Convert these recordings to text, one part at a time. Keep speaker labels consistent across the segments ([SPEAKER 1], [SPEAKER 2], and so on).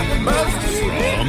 [SPEAKER 1] From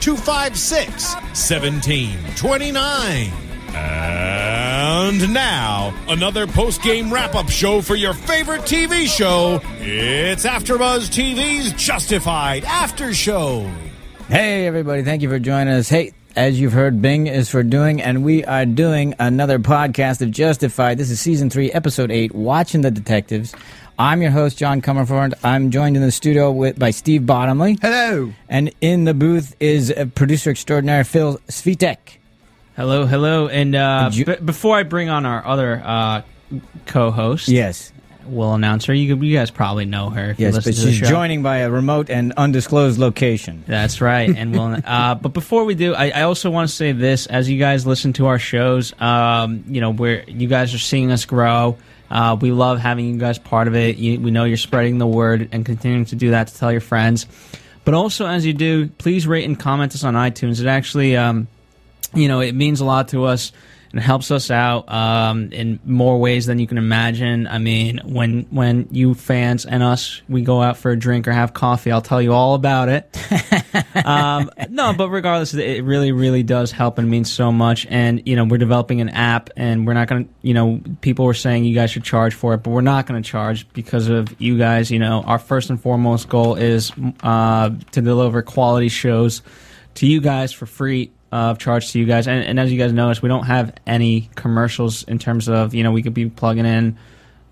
[SPEAKER 1] 256 1729. And now, another post game wrap up show for your favorite TV show. It's AfterBuzz TV's Justified After Show.
[SPEAKER 2] Hey, everybody. Thank you for joining us. Hey, as you've heard, Bing is for doing, and we are doing another podcast of Justified. This is season three, episode eight, Watching the Detectives. I'm your host, John Comerford. I'm joined in the studio with, by Steve Bottomley.
[SPEAKER 3] Hello.
[SPEAKER 2] And in the booth is uh, producer extraordinaire Phil Svitek.
[SPEAKER 4] Hello, hello, and uh,
[SPEAKER 2] Did you-
[SPEAKER 4] b- before I bring on our other uh, co-host,
[SPEAKER 2] Yes.
[SPEAKER 4] we'll announce her. You, you guys probably know her. If you
[SPEAKER 2] Yes,
[SPEAKER 4] listen
[SPEAKER 2] but
[SPEAKER 4] to the
[SPEAKER 2] she's
[SPEAKER 4] show.
[SPEAKER 2] joining by a remote and undisclosed location.
[SPEAKER 4] That's right, and we'll. uh, but before we do, I, I also want to say this: as you guys listen to our shows, um, you know, where you guys are seeing us grow. Uh, we love having you guys part of it. You, we know you're spreading the word and continuing to do that to tell your friends. But also, as you do, please rate and comment us on iTunes. It actually. Um, you know, it means a lot to us and helps us out um, in more ways than you can imagine. I mean, when when you fans and us we go out for a drink or have coffee, I'll tell you all about it. um, no, but regardless, it really, really does help and means so much. And you know, we're developing an app, and we're not going to, you know, people were saying you guys should charge for it, but we're not going to charge because of you guys. You know, our first and foremost goal is uh, to deliver quality shows to you guys for free uh, of charge to you guys. And, and as you guys notice, we don't have any commercials in terms of you know we could be plugging in.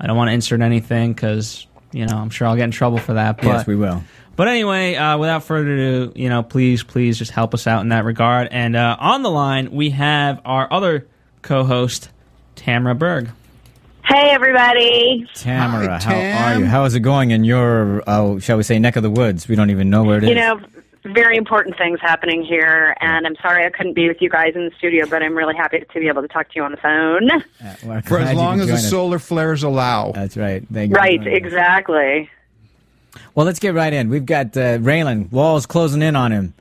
[SPEAKER 4] I don't want to insert anything because you know I'm sure I'll get in trouble for that. But
[SPEAKER 2] yes, we will.
[SPEAKER 4] but anyway, uh, without further ado, you know, please, please just help us out in that regard. And uh, on the line, we have our other co-host, Tamra Berg.
[SPEAKER 5] Hey, everybody.
[SPEAKER 2] Tamara,
[SPEAKER 3] Hi,
[SPEAKER 2] how are
[SPEAKER 3] Tam.
[SPEAKER 2] you? How is it going in your, uh, shall we say, neck of the woods? We don't even know where it is.
[SPEAKER 5] You know, very important things happening here, and I'm sorry I couldn't be with you guys in the studio, but I'm really happy to be able to talk to you on the phone.
[SPEAKER 2] Uh, well,
[SPEAKER 3] For
[SPEAKER 2] glad
[SPEAKER 3] as
[SPEAKER 2] you
[SPEAKER 3] long
[SPEAKER 2] could
[SPEAKER 3] as the
[SPEAKER 2] join us. Uh,
[SPEAKER 3] solar flares allow.
[SPEAKER 2] That's right. Thank
[SPEAKER 5] Right,
[SPEAKER 2] you.
[SPEAKER 5] exactly.
[SPEAKER 2] Well, let's get right in. We've got uh, Raylan. Wall's closing in on him.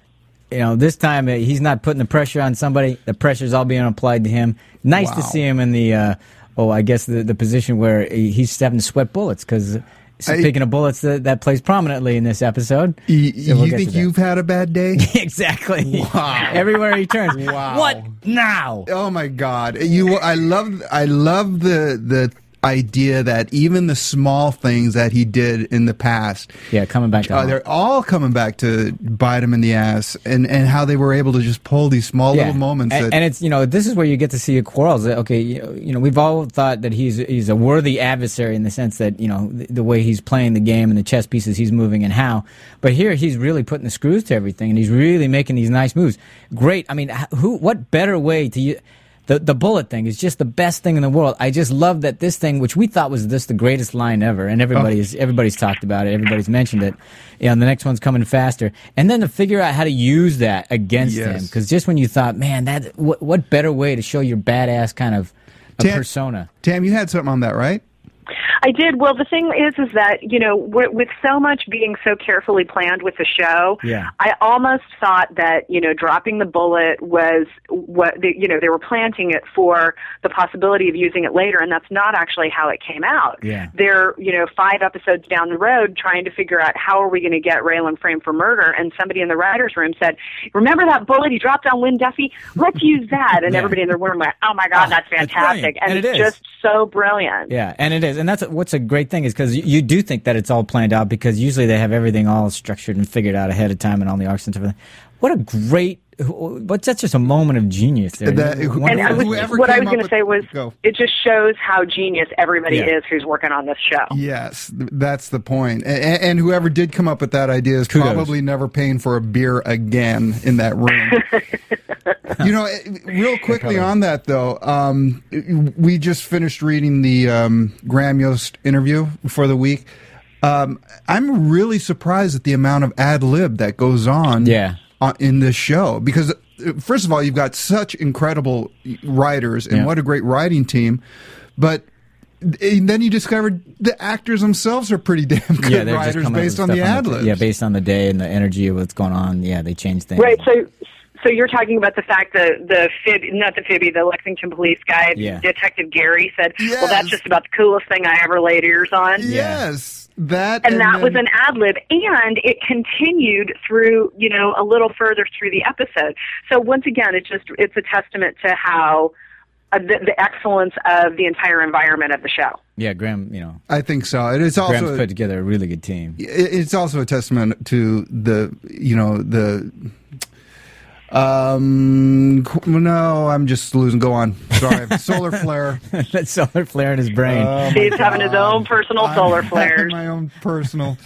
[SPEAKER 2] You know, this time uh, he's not putting the pressure on somebody. The pressure's all being applied to him. Nice to
[SPEAKER 3] Wow.
[SPEAKER 2] see him in the, uh, oh, I guess the, the position where he- he's having to sweat bullets because speaking of bullets, that that plays prominently in this episode.
[SPEAKER 3] Y-
[SPEAKER 2] So we'll
[SPEAKER 3] you
[SPEAKER 2] get
[SPEAKER 3] think
[SPEAKER 2] to that.
[SPEAKER 3] you've had a bad day?
[SPEAKER 2] exactly.
[SPEAKER 3] Wow.
[SPEAKER 2] Everywhere he turns.
[SPEAKER 3] Wow.
[SPEAKER 2] What now?
[SPEAKER 3] Oh my God! You, I love, I love the the idea that even the small things that he did in the past,
[SPEAKER 2] Yeah, coming back to
[SPEAKER 3] uh, they're all coming back to bite him in the ass, and and how they were able to just pull these small little moments.
[SPEAKER 2] And,
[SPEAKER 3] that,
[SPEAKER 2] and it's you know this is where you get to see the quarrels. That, Okay, you know, you know we've all thought that he's he's a worthy adversary in the sense that you know the, the way he's playing the game and the chess pieces he's moving and how. But here he's really putting the screws to everything and he's really making these nice moves. Great. I mean, h- who? What better way to you? The, the bullet thing is just the best thing in the world. I just love that this thing, which we thought was just the greatest line ever, and
[SPEAKER 3] Oh.
[SPEAKER 2] everybody's everybody's talked about it, everybody's mentioned it. You know, the next one's coming faster, and then to figure out how to use that against him
[SPEAKER 3] Yes.
[SPEAKER 2] because just when you thought, man, that what, what better way to show your badass kind of a
[SPEAKER 3] Tam-
[SPEAKER 2] persona?
[SPEAKER 3] Tam, you had something on that, right?
[SPEAKER 5] I did. Well, the thing is, is that you know, with, with so much being so carefully planned with the show,
[SPEAKER 2] Yeah.
[SPEAKER 5] I almost thought that you know, dropping the bullet was what the, you know they were planting it for the possibility of using it later, and that's not actually how it came out.
[SPEAKER 2] Yeah.
[SPEAKER 5] They're you know five episodes down the road trying to figure out how are we going to get Raylan framed for murder, and somebody in the writers' room said, "Remember that bullet he dropped on Lynn Duffy? Let's use that." And
[SPEAKER 2] Yeah. Ah,
[SPEAKER 5] everybody in the room went, "Oh my God, that's
[SPEAKER 2] that's brilliant.
[SPEAKER 5] fantastic!"
[SPEAKER 2] And it
[SPEAKER 5] and it's
[SPEAKER 2] is.
[SPEAKER 5] just so brilliant.
[SPEAKER 2] Yeah, and it is, and that's what what's a great thing is because you, you do think that it's all planned out because usually they have everything all structured and figured out ahead of time and all the arcs and everything. What a great! But that's just a moment of genius. There.
[SPEAKER 3] That-
[SPEAKER 2] Wonderful.
[SPEAKER 3] And
[SPEAKER 5] And I was,
[SPEAKER 3] Whoever
[SPEAKER 5] what I
[SPEAKER 3] came
[SPEAKER 5] was
[SPEAKER 3] up
[SPEAKER 5] going to
[SPEAKER 3] with-
[SPEAKER 5] say was,
[SPEAKER 3] Go.
[SPEAKER 5] it just shows how genius everybody
[SPEAKER 2] Yeah.
[SPEAKER 5] is who's working on this show.
[SPEAKER 3] Yes, th- that's the point. And, and whoever did come up with that idea is
[SPEAKER 2] Kudos.
[SPEAKER 3] probably never paying for a beer again in that room. you know, it- real quickly on that though, um, we just finished reading the um, Graham Yost interview for the week. Um, I'm really surprised at the amount of ad lib that goes on
[SPEAKER 2] Yeah.
[SPEAKER 3] on, in this show because uh, first of all you've got such incredible writers and
[SPEAKER 2] Yeah.
[SPEAKER 3] what a great writing team but and then you discovered the actors themselves are pretty damn good
[SPEAKER 2] yeah, they're just
[SPEAKER 3] writers
[SPEAKER 2] coming up with
[SPEAKER 3] based on
[SPEAKER 2] stuff
[SPEAKER 3] the ad
[SPEAKER 2] on
[SPEAKER 3] libs.
[SPEAKER 2] Yeah, based on the day and the energy of what's going on. Yeah, they change things.
[SPEAKER 5] Right. So, so you're talking about the fact that the fib, not the fibby, the Lexington police guy,
[SPEAKER 2] Yeah.
[SPEAKER 5] Detective Gary said, "Well,
[SPEAKER 3] Yes.
[SPEAKER 5] that's just about the coolest thing I ever laid ears on."
[SPEAKER 3] yes, that
[SPEAKER 5] And, that was
[SPEAKER 3] then-
[SPEAKER 5] an ad lib, and it continued through, you know, a little further through the episode. So once again, it's just it's a testament to how uh, the, the excellence of the entire environment of the show.
[SPEAKER 2] yeah, Graham. You know,
[SPEAKER 3] I think so. And it's
[SPEAKER 2] Graham's
[SPEAKER 3] also
[SPEAKER 2] put together a really good team.
[SPEAKER 3] it- it's also a testament to the you know the um qu- no I'm just losing. Go on. Sorry, solar flare.
[SPEAKER 2] that solar flare in his brain.
[SPEAKER 3] Uh, Oh
[SPEAKER 5] Steve's having his own personal
[SPEAKER 3] I'm
[SPEAKER 5] solar
[SPEAKER 3] having
[SPEAKER 5] flares.
[SPEAKER 3] My own personal.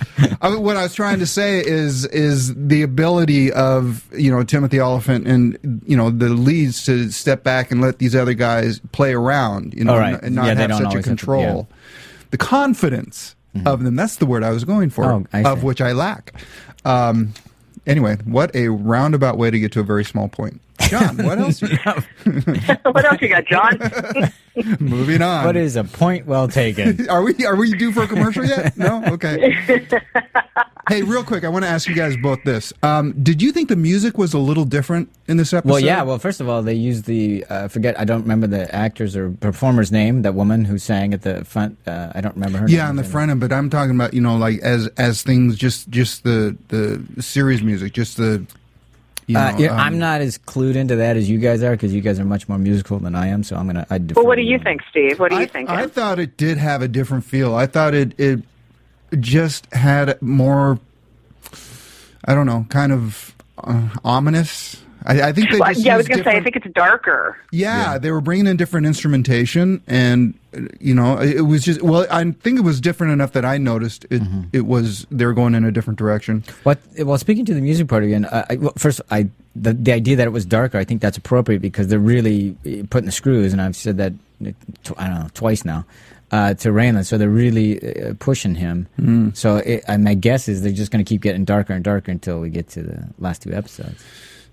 [SPEAKER 3] I mean, what I was trying to say is is the ability of you know Timothy Oliphant and you know the leads to step back and let these other guys play around. You know,
[SPEAKER 2] All right.
[SPEAKER 3] and not
[SPEAKER 2] Yeah, they
[SPEAKER 3] have
[SPEAKER 2] don't
[SPEAKER 3] such a
[SPEAKER 2] always have to-
[SPEAKER 3] control. The confidence of them. That's the word I was going for.
[SPEAKER 2] Oh, I
[SPEAKER 3] of
[SPEAKER 2] see.
[SPEAKER 3] which I lack. Um, anyway, what a roundabout way to get to a very small point. John, what else?
[SPEAKER 5] what else you got, John?
[SPEAKER 3] Moving on.
[SPEAKER 2] What is a point well taken?
[SPEAKER 3] Are we are we due for a commercial yet? No. Okay. hey, real quick, I want to ask you guys both this. Um, did you think the music was a little different in this episode?
[SPEAKER 2] Well, yeah. Well, first of all, they used the uh, I forget. I don't remember the actor's or performer's name. That woman who sang at the front. Uh, I don't remember her.
[SPEAKER 3] yeah,
[SPEAKER 2] name.
[SPEAKER 3] on the front end, but I'm talking about you know like as as things just just the the series music, just the. You know,
[SPEAKER 2] Uh, yeah,
[SPEAKER 3] um,
[SPEAKER 2] I'm not as clued into that as you guys are because you guys are much more musical than I am. So I'm gonna. I
[SPEAKER 5] well, what do you think, Steve? What do you
[SPEAKER 3] I,
[SPEAKER 5] think?
[SPEAKER 3] I thought it did have a different feel. I thought it it just had more. I don't know, kind of uh, ominous. I, I think they
[SPEAKER 5] Well,
[SPEAKER 3] just
[SPEAKER 5] yeah, I was going to
[SPEAKER 3] used
[SPEAKER 5] say, I
[SPEAKER 3] different-
[SPEAKER 5] think it's darker.
[SPEAKER 3] Yeah, they were bringing in different instrumentation, and uh, you know, it it was just well. I think it was different enough that I noticed it. It was they were going in a different direction.
[SPEAKER 2] What? eh, Well, speaking to the music part again. I, I, well, first, I the, the idea that it was darker. I think that's appropriate because they're really eh, putting the screws, and I've said that eh, tw- I don't know twice now uh, to Raylan. So they're really uh, pushing him.
[SPEAKER 3] Hmm.
[SPEAKER 2] So it, and my guess is they're just going to keep getting darker and darker until we get to the last two episodes.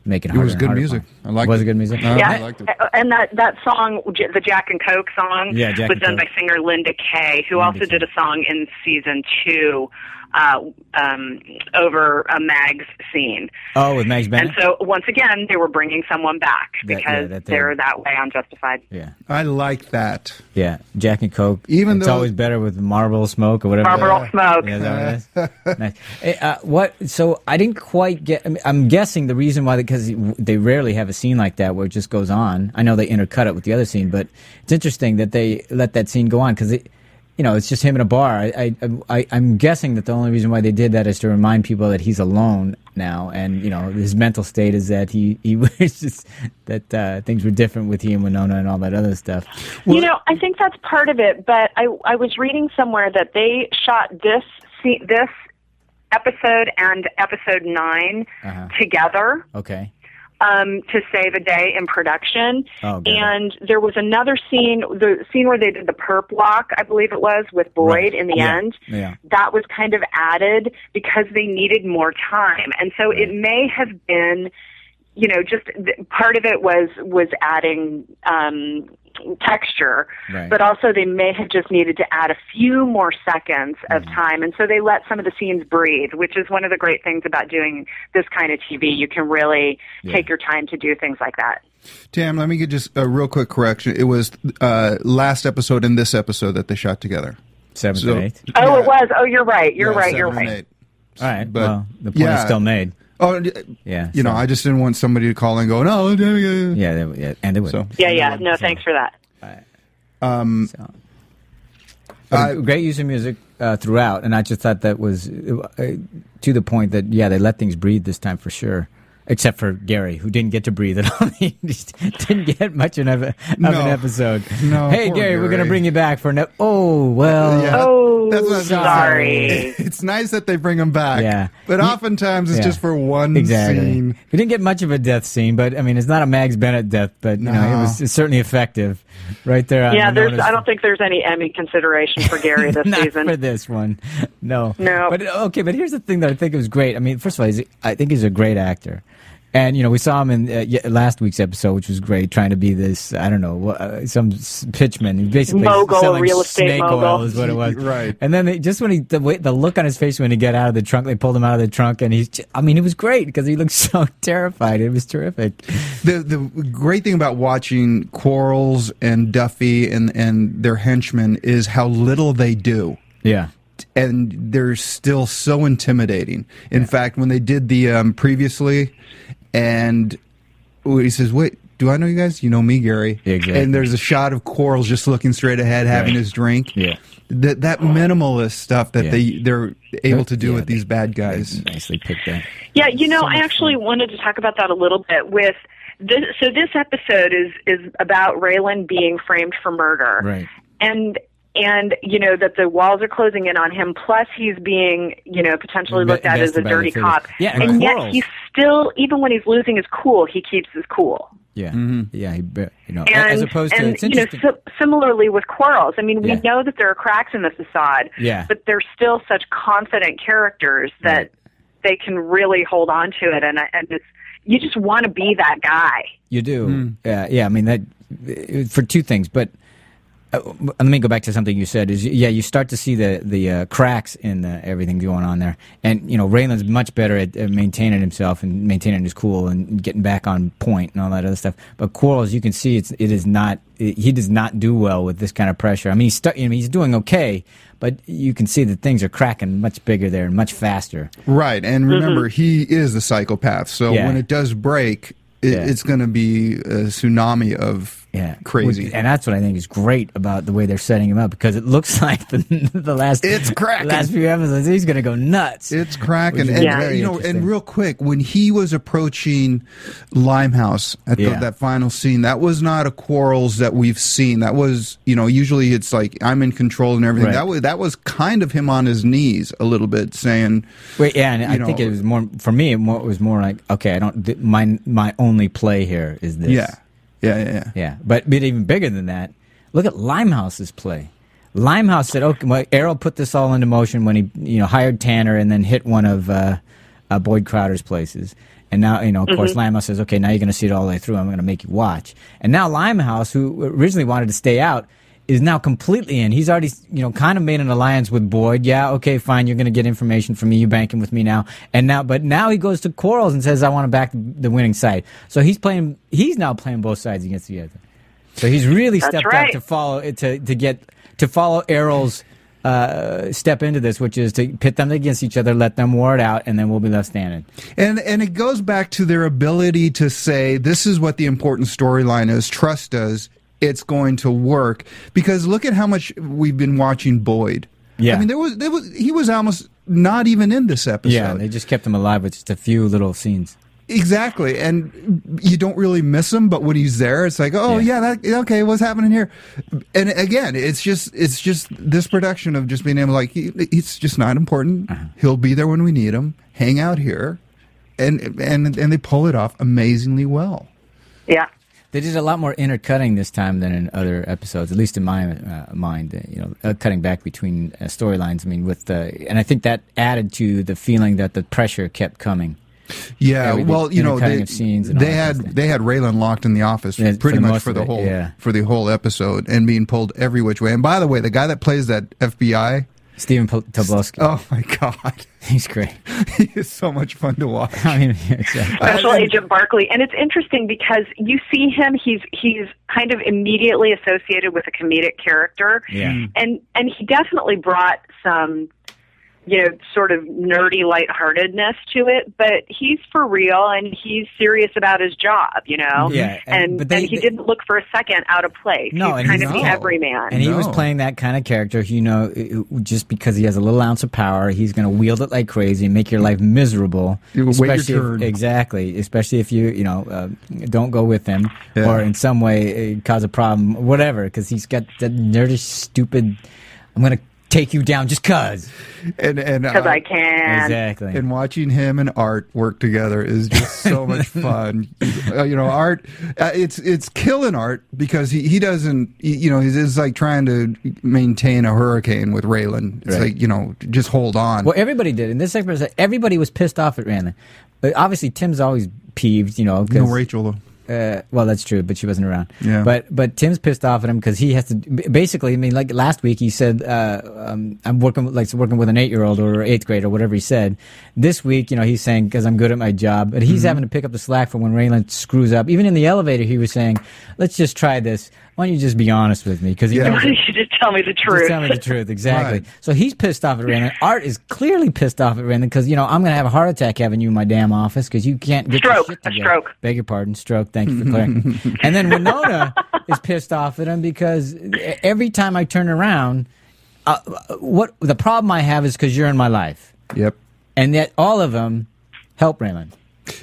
[SPEAKER 2] Make it
[SPEAKER 3] It
[SPEAKER 2] harder.
[SPEAKER 3] was
[SPEAKER 2] and
[SPEAKER 3] good
[SPEAKER 2] harder
[SPEAKER 3] music.
[SPEAKER 2] for
[SPEAKER 3] I
[SPEAKER 2] him.
[SPEAKER 3] liked
[SPEAKER 2] was
[SPEAKER 3] it.
[SPEAKER 2] it good music.
[SPEAKER 3] Uh, I
[SPEAKER 5] Yeah,
[SPEAKER 3] liked it.
[SPEAKER 5] and that that song, J- the Jack and Coke song,
[SPEAKER 2] Yeah, Jack
[SPEAKER 5] was
[SPEAKER 2] and
[SPEAKER 5] done
[SPEAKER 2] Coke.
[SPEAKER 5] by singer Linda Kay, who also did a song in season two uh, um, over a Mag's scene.
[SPEAKER 2] Oh, with Mags Bennett.
[SPEAKER 5] And so once again, they were bringing someone back
[SPEAKER 2] That- yeah,
[SPEAKER 5] because
[SPEAKER 2] that they-
[SPEAKER 5] they, are that way on Justified.
[SPEAKER 2] yeah.
[SPEAKER 3] I like that.
[SPEAKER 2] Yeah, Jack and Coke.
[SPEAKER 3] Even
[SPEAKER 2] it's
[SPEAKER 3] though-
[SPEAKER 2] always better with Marlboro Smoke or whatever.
[SPEAKER 5] Marlboro Smoke.
[SPEAKER 2] Yeah, is that what it is? nice. Eh, uh, what? So I didn't quite get. I mean, I'm guessing the reason why because they rarely have a scene like that where it just goes on. I know they intercut it with the other scene, but it's interesting that they let that scene go on because it. You know, it's just him in a bar. I, I, I, I'm guessing that the only reason why they did that is to remind people that he's alone now, and you know, his mental state is that he, he wishes that uh, things were different with he and Winona and all that other stuff.
[SPEAKER 5] you know, I think that's part of it, but I I was reading somewhere that they shot this se- this episode and episode 9
[SPEAKER 2] Uh-huh.
[SPEAKER 5] together.
[SPEAKER 2] Okay.
[SPEAKER 5] um, to save a day in production.
[SPEAKER 2] Oh, got it.
[SPEAKER 5] and there was another scene, the scene where they did the perp walk, I believe it was, with Boyd
[SPEAKER 2] Right.
[SPEAKER 5] in the
[SPEAKER 2] Yeah.
[SPEAKER 5] end.
[SPEAKER 2] Yeah.
[SPEAKER 5] That was kind of added because they needed more time. And so it may have been, you know, just th- part of it was, was adding, um, texture
[SPEAKER 2] Right.
[SPEAKER 5] but also they may have just needed to add a few more seconds of time and so they let some of the scenes breathe which is one of the great things about doing this kind of tv you can really take your time to do things like that
[SPEAKER 3] Tam, let me get just a real quick correction. It was uh, last episode and this episode that they shot together.
[SPEAKER 2] Seventh
[SPEAKER 3] So-
[SPEAKER 2] and eighth.
[SPEAKER 5] oh
[SPEAKER 3] Yeah.
[SPEAKER 5] it was oh you're right you're
[SPEAKER 3] Yeah,
[SPEAKER 5] right you're
[SPEAKER 3] seven and
[SPEAKER 5] right
[SPEAKER 3] eight.
[SPEAKER 2] All right.
[SPEAKER 3] But-
[SPEAKER 2] well, the point is
[SPEAKER 3] yeah.
[SPEAKER 2] still made.
[SPEAKER 3] Oh, and, uh,
[SPEAKER 2] Yeah,
[SPEAKER 3] You know,
[SPEAKER 2] so-
[SPEAKER 3] I just didn't want somebody to call and go, no. Yeah.
[SPEAKER 2] Yeah, they, yeah and they would.
[SPEAKER 3] So
[SPEAKER 5] yeah yeah no thanks for that
[SPEAKER 2] So,
[SPEAKER 3] Uh,
[SPEAKER 2] great use of music uh, throughout, and I just thought that was uh, to the point that yeah, they let things breathe this time for sure. Except for Gary, who didn't get to breathe at all. he just didn't get much of, an ev- of
[SPEAKER 3] No.
[SPEAKER 2] an episode.
[SPEAKER 3] No,
[SPEAKER 2] hey,
[SPEAKER 3] poor
[SPEAKER 2] Gary, we're going to
[SPEAKER 3] Gary.
[SPEAKER 2] bring you back for an. ep- oh well,
[SPEAKER 3] yeah,
[SPEAKER 2] yeah.
[SPEAKER 3] that-
[SPEAKER 5] Oh,
[SPEAKER 3] what I was gonna say.
[SPEAKER 5] sorry.
[SPEAKER 3] It's nice that they bring him back.
[SPEAKER 2] Yeah.
[SPEAKER 3] But oftentimes it's
[SPEAKER 2] yeah.
[SPEAKER 3] just for one
[SPEAKER 2] exactly.
[SPEAKER 3] scene.
[SPEAKER 2] We didn't get much of a death scene, but I mean, it's not a Mags Bennett death, but you know, it
[SPEAKER 3] No.
[SPEAKER 2] was it's certainly effective, right there. on
[SPEAKER 5] Yeah, there's.
[SPEAKER 2] Ramona's-
[SPEAKER 5] I don't think there's any Emmy consideration for Gary this
[SPEAKER 2] Not
[SPEAKER 5] season.
[SPEAKER 2] for this one. No.
[SPEAKER 5] No.
[SPEAKER 2] But okay, but here's the thing that I think was great. I mean, first of all, he's, I think he's a great actor. And you know we saw him in uh, ye- last week's episode, which was great, trying to be this I don't know uh, some s- pitchman, He basically
[SPEAKER 5] Mogul,
[SPEAKER 2] selling
[SPEAKER 5] real estate
[SPEAKER 2] snake
[SPEAKER 5] mogul.
[SPEAKER 2] oil is what it was,
[SPEAKER 3] Right.
[SPEAKER 2] And then they, just when he the, way, the look on his face when he got out of the trunk, they pulled him out of the trunk, and he's j- I mean it was great because he looked so terrified. It was terrific.
[SPEAKER 3] The the great thing about watching Quarles and Duffy and, and their henchmen is how little they do.
[SPEAKER 2] Yeah,
[SPEAKER 3] and they're still so intimidating. In fact, when they did the um, previously, and he says, "Wait, do I know you guys? You know me, Gary."
[SPEAKER 2] Yeah, exactly.
[SPEAKER 3] And there's a shot of Quarles just looking straight ahead, having
[SPEAKER 2] Right.
[SPEAKER 3] his drink.
[SPEAKER 2] Yeah.
[SPEAKER 3] That that minimalist stuff that
[SPEAKER 2] Yeah.
[SPEAKER 3] they they're able to do
[SPEAKER 2] Yeah,
[SPEAKER 3] with
[SPEAKER 2] they-
[SPEAKER 3] these bad guys.
[SPEAKER 2] nicely picked that.
[SPEAKER 5] Yeah, you know, I actually wanted to talk about that a little bit with this, so this episode is is about Raylan being framed for murder.
[SPEAKER 2] Right.
[SPEAKER 5] And and you know that the walls are closing in on him plus he's being, you know, potentially
[SPEAKER 2] Inve-
[SPEAKER 5] looked at as a
[SPEAKER 2] investigated by the
[SPEAKER 5] dirty
[SPEAKER 2] city.
[SPEAKER 5] cop.
[SPEAKER 2] Yeah, and
[SPEAKER 5] and yet
[SPEAKER 2] quarrels.
[SPEAKER 5] he's still even when he's losing his cool, he keeps his cool.
[SPEAKER 2] Yeah, yeah. He, ba- you know, a-
[SPEAKER 5] And,
[SPEAKER 2] as opposed to
[SPEAKER 5] and
[SPEAKER 2] it's
[SPEAKER 5] you know,
[SPEAKER 2] interesting.
[SPEAKER 5] si- similarly with quarrels. I mean, we
[SPEAKER 2] Yeah.
[SPEAKER 5] know that there are cracks in the facade,
[SPEAKER 2] Yeah.
[SPEAKER 5] but they're still such confident characters that
[SPEAKER 2] Right.
[SPEAKER 5] they can really hold on to it, and I- and it's you just want to be that guy.
[SPEAKER 2] You do. Yeah, yeah. I mean that for two things, but uh, let me go back to something you said. Is yeah, you start to see the the uh, cracks in the, everything going on there, and you know Raylan's much better at, at maintaining himself and maintaining his cool and getting back on point and all that other stuff. But Quarles, you can see it's it is not he does not do well with this kind of pressure. I mean he's stu- I mean, he's doing okay, but you can see that things are cracking much bigger there and much faster.
[SPEAKER 3] Right, and remember, he is the psychopath. So
[SPEAKER 2] Mm-hmm. Yeah.
[SPEAKER 3] when it does break, it,
[SPEAKER 2] Yeah.
[SPEAKER 3] it's going to be a tsunami of
[SPEAKER 2] Yeah,
[SPEAKER 3] crazy.
[SPEAKER 2] Which- and that's what I think is great about the way they're setting him up because it looks like the, the last
[SPEAKER 3] It's cracking.
[SPEAKER 2] last few episodes he's going to go nuts.
[SPEAKER 3] It's cracking,
[SPEAKER 2] Which is
[SPEAKER 3] and
[SPEAKER 5] Yeah.
[SPEAKER 2] very
[SPEAKER 3] you know,
[SPEAKER 2] interesting.
[SPEAKER 3] and real quick, when he was approaching Limehouse at the,
[SPEAKER 2] Yeah.
[SPEAKER 3] that final scene, that was not a quarrels that we've seen. That was, you know, usually it's like I'm in control and everything.
[SPEAKER 2] Right.
[SPEAKER 3] That was that was kind of him on his knees a little bit, saying,
[SPEAKER 2] Wait, yeah, and I
[SPEAKER 3] you
[SPEAKER 2] think
[SPEAKER 3] know-
[SPEAKER 2] it was more for me. It, more, it was more like okay, I don't th- my my only play here is this.
[SPEAKER 3] yeah, yeah, yeah, yeah,
[SPEAKER 2] yeah, but but even bigger than that, look at Limehouse's play. Limehouse said, "Okay, well, Errol put this all into motion when he you know hired Tanner and then hit one of uh, uh, Boyd Crowder's places." And now, you know, of course, Limehouse says, okay, now you're going to see it all the way through. I'm going to make you watch. And now Limehouse, who originally wanted to stay out, is now completely in. He's already, you know, kind of made an alliance with Boyd. Yeah, okay, fine. You're going to get information from me. You're banking with me now. And now, but now he goes to Quarles and says, I want to back the winning side. So he's playing, he's now playing both sides against the other. So he's really
[SPEAKER 5] That's
[SPEAKER 2] stepped up
[SPEAKER 5] right.
[SPEAKER 2] to follow to to get to follow Errol's uh, step into this, which is to pit them against each other, let them ward out, and then we'll be left standing.
[SPEAKER 3] and and it goes back to their ability to say, this is what the important storyline is. Trust us, it's going to work. Because look at how much we've been watching Boyd.
[SPEAKER 2] Yeah.
[SPEAKER 3] I mean, there was there was he was almost not even in this episode.
[SPEAKER 2] Yeah, they just kept him alive with just a few little scenes.
[SPEAKER 3] Exactly, and you don't really miss him, but when he's there, it's like, oh
[SPEAKER 2] Yeah.
[SPEAKER 3] yeah, that, okay, what's happening here? And again, it's just it's just this production of just being able, like, he, it's just not important. He'll be there when we need him. Hang out here, and and and they pull it off amazingly well.
[SPEAKER 5] Yeah.
[SPEAKER 2] They did a lot more intercutting this time than in other episodes, at least in my uh, mind. uh, You know, uh, cutting back between uh, storylines. I mean, with the and I think that added to the feeling that the pressure kept coming.
[SPEAKER 3] Yeah,
[SPEAKER 2] Yeah, we
[SPEAKER 3] well,
[SPEAKER 2] did
[SPEAKER 3] you know,
[SPEAKER 2] intercutting
[SPEAKER 3] they,
[SPEAKER 2] of scenes and all
[SPEAKER 3] they
[SPEAKER 2] that
[SPEAKER 3] had
[SPEAKER 2] kind of stuff.
[SPEAKER 3] they had Raylan locked in the office
[SPEAKER 2] Yeah, for
[SPEAKER 3] pretty
[SPEAKER 2] the
[SPEAKER 3] much
[SPEAKER 2] most
[SPEAKER 3] for
[SPEAKER 2] of
[SPEAKER 3] the
[SPEAKER 2] it,
[SPEAKER 3] whole
[SPEAKER 2] yeah.
[SPEAKER 3] for the whole episode, and being pulled every which way. And by the way, the guy that plays that FBI,
[SPEAKER 2] Stephen Pol- Tobolsky,
[SPEAKER 3] oh my god,
[SPEAKER 2] he's great.
[SPEAKER 3] he is so much fun to watch.
[SPEAKER 2] I mean, uh, exactly.
[SPEAKER 5] Special
[SPEAKER 3] I- I-
[SPEAKER 5] Agent Barkley, and it's interesting because you see him; he's he's kind of immediately associated with a comedic character,
[SPEAKER 2] Yeah. Hmm.
[SPEAKER 5] and and he definitely brought some you know, sort of nerdy lightheartedness to it, but he's for real and he's serious about his job, you know?
[SPEAKER 2] Yeah, and-
[SPEAKER 5] And,
[SPEAKER 2] but
[SPEAKER 5] and,
[SPEAKER 2] they-
[SPEAKER 5] he
[SPEAKER 2] they-
[SPEAKER 5] didn't look for a second out of place.
[SPEAKER 2] No,
[SPEAKER 5] he's
[SPEAKER 2] and
[SPEAKER 5] kind
[SPEAKER 2] he's
[SPEAKER 5] of the
[SPEAKER 2] not.
[SPEAKER 5] everyman.
[SPEAKER 2] And he was
[SPEAKER 3] No.
[SPEAKER 2] playing that kind of character, you know, who- who- just because he has a little ounce of power, he's going to wield it like crazy and make your life miserable.
[SPEAKER 3] You will wait your
[SPEAKER 2] especially if-
[SPEAKER 3] turn.
[SPEAKER 2] exactly, especially if you, you know, uh, don't go with him
[SPEAKER 3] Yeah.
[SPEAKER 2] or in some way uh, cause a problem, whatever, because he's got that nerdy, stupid. I'm going to take you down just cause.
[SPEAKER 3] and and
[SPEAKER 5] Because
[SPEAKER 3] uh,
[SPEAKER 5] I can.
[SPEAKER 2] Exactly.
[SPEAKER 3] And watching him and Art work together is just so much fun. Uh, you know, Art, uh, it's it's killing Art because he, he doesn't, he- you know, he's, it's like trying to maintain a hurricane with Raylan. It's
[SPEAKER 2] Right.
[SPEAKER 3] like, you know, just hold on.
[SPEAKER 2] Well, everybody did. In this segment, everybody was pissed off at Randall. But obviously, Tim's always peeved, you know. 'cause-
[SPEAKER 3] no Rachel, though.
[SPEAKER 2] uh, well, that's true, but she wasn't around.
[SPEAKER 3] Yeah.
[SPEAKER 2] But but Tim's pissed off at him because he has to b- basically. I mean, like last week he said, uh, um, "I'm working with- like working with an eight year old or eighth grade or whatever he said." This week, you know, he's saying because I'm good at my job, but
[SPEAKER 3] Mm-hmm.
[SPEAKER 2] he's having to pick up the slack for when Raylan screws up. Even in the elevator, he was saying, "Let's just try this. Why don't you just be honest with me?" Because he
[SPEAKER 3] Yeah.
[SPEAKER 2] knows
[SPEAKER 5] you should just tell me the truth.
[SPEAKER 2] just tell me the truth, exactly.
[SPEAKER 3] Right.
[SPEAKER 2] So he's pissed off at Randon. Art is clearly pissed off at Randon because you know I'm going to have a heart attack having you in my damn office because you can't get your
[SPEAKER 5] Stroke.
[SPEAKER 2] shit
[SPEAKER 5] A
[SPEAKER 2] together.
[SPEAKER 5] stroke.
[SPEAKER 2] Beg your pardon, stroke. Thank you for clearing. and then Winona is pissed off at him because every time I turn around, uh, what the problem I have is because you're in my life,
[SPEAKER 3] Yep.
[SPEAKER 2] and yet all of them help Raylan.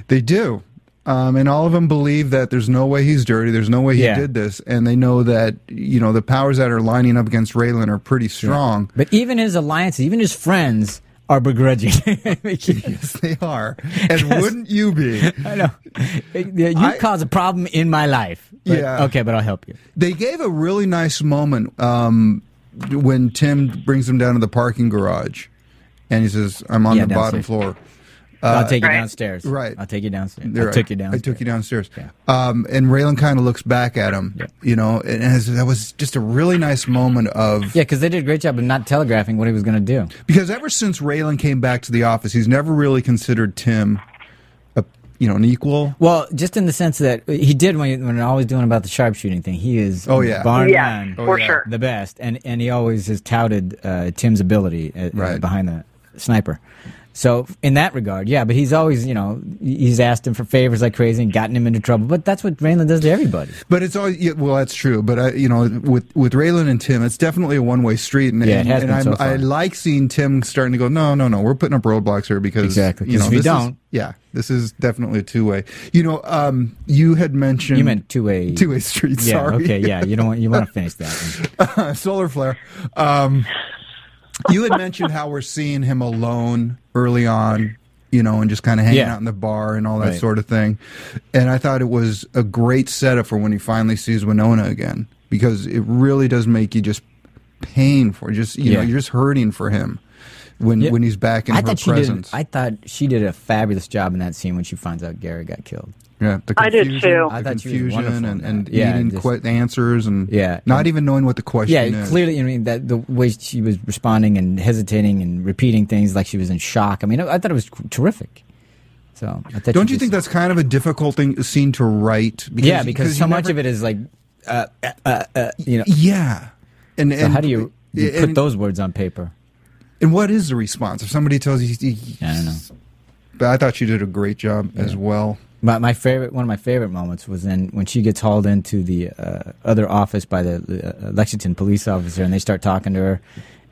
[SPEAKER 3] They do. Um, and all of them believe that there's no way he's dirty. There's no way he
[SPEAKER 2] Yeah.
[SPEAKER 3] did this. And they know that, you know, the powers that are lining up against Raylan are pretty strong.
[SPEAKER 2] But even his alliances, even his friends, are begrudging.
[SPEAKER 3] Yes, they are. And wouldn't you be?
[SPEAKER 2] I know. You
[SPEAKER 3] I-
[SPEAKER 2] cause a problem in my life. But-
[SPEAKER 3] Yeah.
[SPEAKER 2] Okay, but I'll help you.
[SPEAKER 3] They gave a really nice moment um, when Tim brings him down to the parking garage, and he says, "I'm on
[SPEAKER 2] Yeah,
[SPEAKER 3] the bottom
[SPEAKER 2] downstairs.
[SPEAKER 3] floor."
[SPEAKER 2] I'll take you
[SPEAKER 5] Right.
[SPEAKER 2] downstairs.
[SPEAKER 3] Uh, Right.
[SPEAKER 2] I'll take you downstairs. I
[SPEAKER 3] They're
[SPEAKER 2] took you
[SPEAKER 3] like,
[SPEAKER 2] downstairs.
[SPEAKER 3] I took you downstairs. Um, and Raylan kind of looks back at him, you know, and, and that was just a really nice moment of
[SPEAKER 2] Yeah, because they did a great job of not telegraphing what he was going to do.
[SPEAKER 3] because ever since Raylan came back to the office, he's never really considered Tim, a, you know, an equal.
[SPEAKER 2] Well, just in the sense that he did when when always doing about the sharpshooting thing. He is
[SPEAKER 3] Oh, yeah. Oh,
[SPEAKER 2] bar
[SPEAKER 5] yeah,
[SPEAKER 2] none
[SPEAKER 5] for
[SPEAKER 3] yeah.
[SPEAKER 5] sure.
[SPEAKER 2] the best, and and he always has touted uh, Tim's ability uh, uh,
[SPEAKER 3] Right.
[SPEAKER 2] behind the sniper. So in that regard, yeah, but he's always you know he's asked him for favors like crazy and gotten him into trouble. But that's what Raylan does to everybody.
[SPEAKER 3] But it's always yeah, well, that's true. But I, you know, with with Raylan and Tim, it's definitely a one way street. And,
[SPEAKER 2] Yeah, it has
[SPEAKER 3] and
[SPEAKER 2] been
[SPEAKER 3] I'm,
[SPEAKER 2] so far.
[SPEAKER 3] I like seeing Tim starting to go. No, no, no. We're putting up roadblocks here because
[SPEAKER 2] Exactly,
[SPEAKER 3] You
[SPEAKER 2] 'cause
[SPEAKER 3] know,
[SPEAKER 2] if you
[SPEAKER 3] this is-
[SPEAKER 2] don't-
[SPEAKER 3] yeah, this is definitely a two way. You know, um, you had mentioned
[SPEAKER 2] You meant two way
[SPEAKER 3] two way street.
[SPEAKER 2] Yeah.
[SPEAKER 3] sorry.
[SPEAKER 2] Okay. Yeah. You don't want you want to finish that. One.
[SPEAKER 3] solar flare. Um, you had mentioned how we're seeing him alone early on, you know, and just kind of hanging
[SPEAKER 2] Yeah.
[SPEAKER 3] out in the bar and all that
[SPEAKER 2] Right.
[SPEAKER 3] sort of thing. And I thought it was a great setup for when he finally sees Winona again because it really does make you just pain for just you know
[SPEAKER 2] Yeah.
[SPEAKER 3] you're just hurting for him when
[SPEAKER 2] Yeah.
[SPEAKER 3] when he's back in
[SPEAKER 2] I
[SPEAKER 3] her
[SPEAKER 2] thought she did.
[SPEAKER 3] presence.
[SPEAKER 2] I thought she did a fabulous job in that scene when she finds out Gary got killed.
[SPEAKER 3] yeah, the
[SPEAKER 5] I did
[SPEAKER 3] confusion-
[SPEAKER 5] too.
[SPEAKER 3] the
[SPEAKER 2] I thought she was
[SPEAKER 3] confusion
[SPEAKER 2] wonderful in
[SPEAKER 3] and,
[SPEAKER 2] that.
[SPEAKER 3] and
[SPEAKER 2] Yeah,
[SPEAKER 3] needing
[SPEAKER 2] just-
[SPEAKER 3] que- answers and
[SPEAKER 2] Yeah,
[SPEAKER 3] not
[SPEAKER 2] and-
[SPEAKER 3] even knowing what the question
[SPEAKER 2] Yeah,
[SPEAKER 3] is.
[SPEAKER 2] clearly, I mean that the way she was responding and hesitating and repeating things like she was in shock. I mean, I, I thought it was terrific. So, I thought
[SPEAKER 3] Don't
[SPEAKER 2] she
[SPEAKER 3] you think
[SPEAKER 2] just-
[SPEAKER 3] that's kind of a difficult thing scene to write?
[SPEAKER 2] yeah? Because so
[SPEAKER 3] you
[SPEAKER 2] much
[SPEAKER 3] never-
[SPEAKER 2] of it is like, uh, uh, uh, uh, you know,
[SPEAKER 3] Yeah. And,
[SPEAKER 2] so
[SPEAKER 3] and
[SPEAKER 2] how do you, you
[SPEAKER 3] and,
[SPEAKER 2] put those words on paper?
[SPEAKER 3] And what is the response if somebody tells you?
[SPEAKER 2] I don't know.
[SPEAKER 3] But I thought you did a great job as well.
[SPEAKER 2] My, my favorite, one of my favorite moments was in when she gets hauled into the uh, other office by the uh, Lexington police officer, and they start talking to her.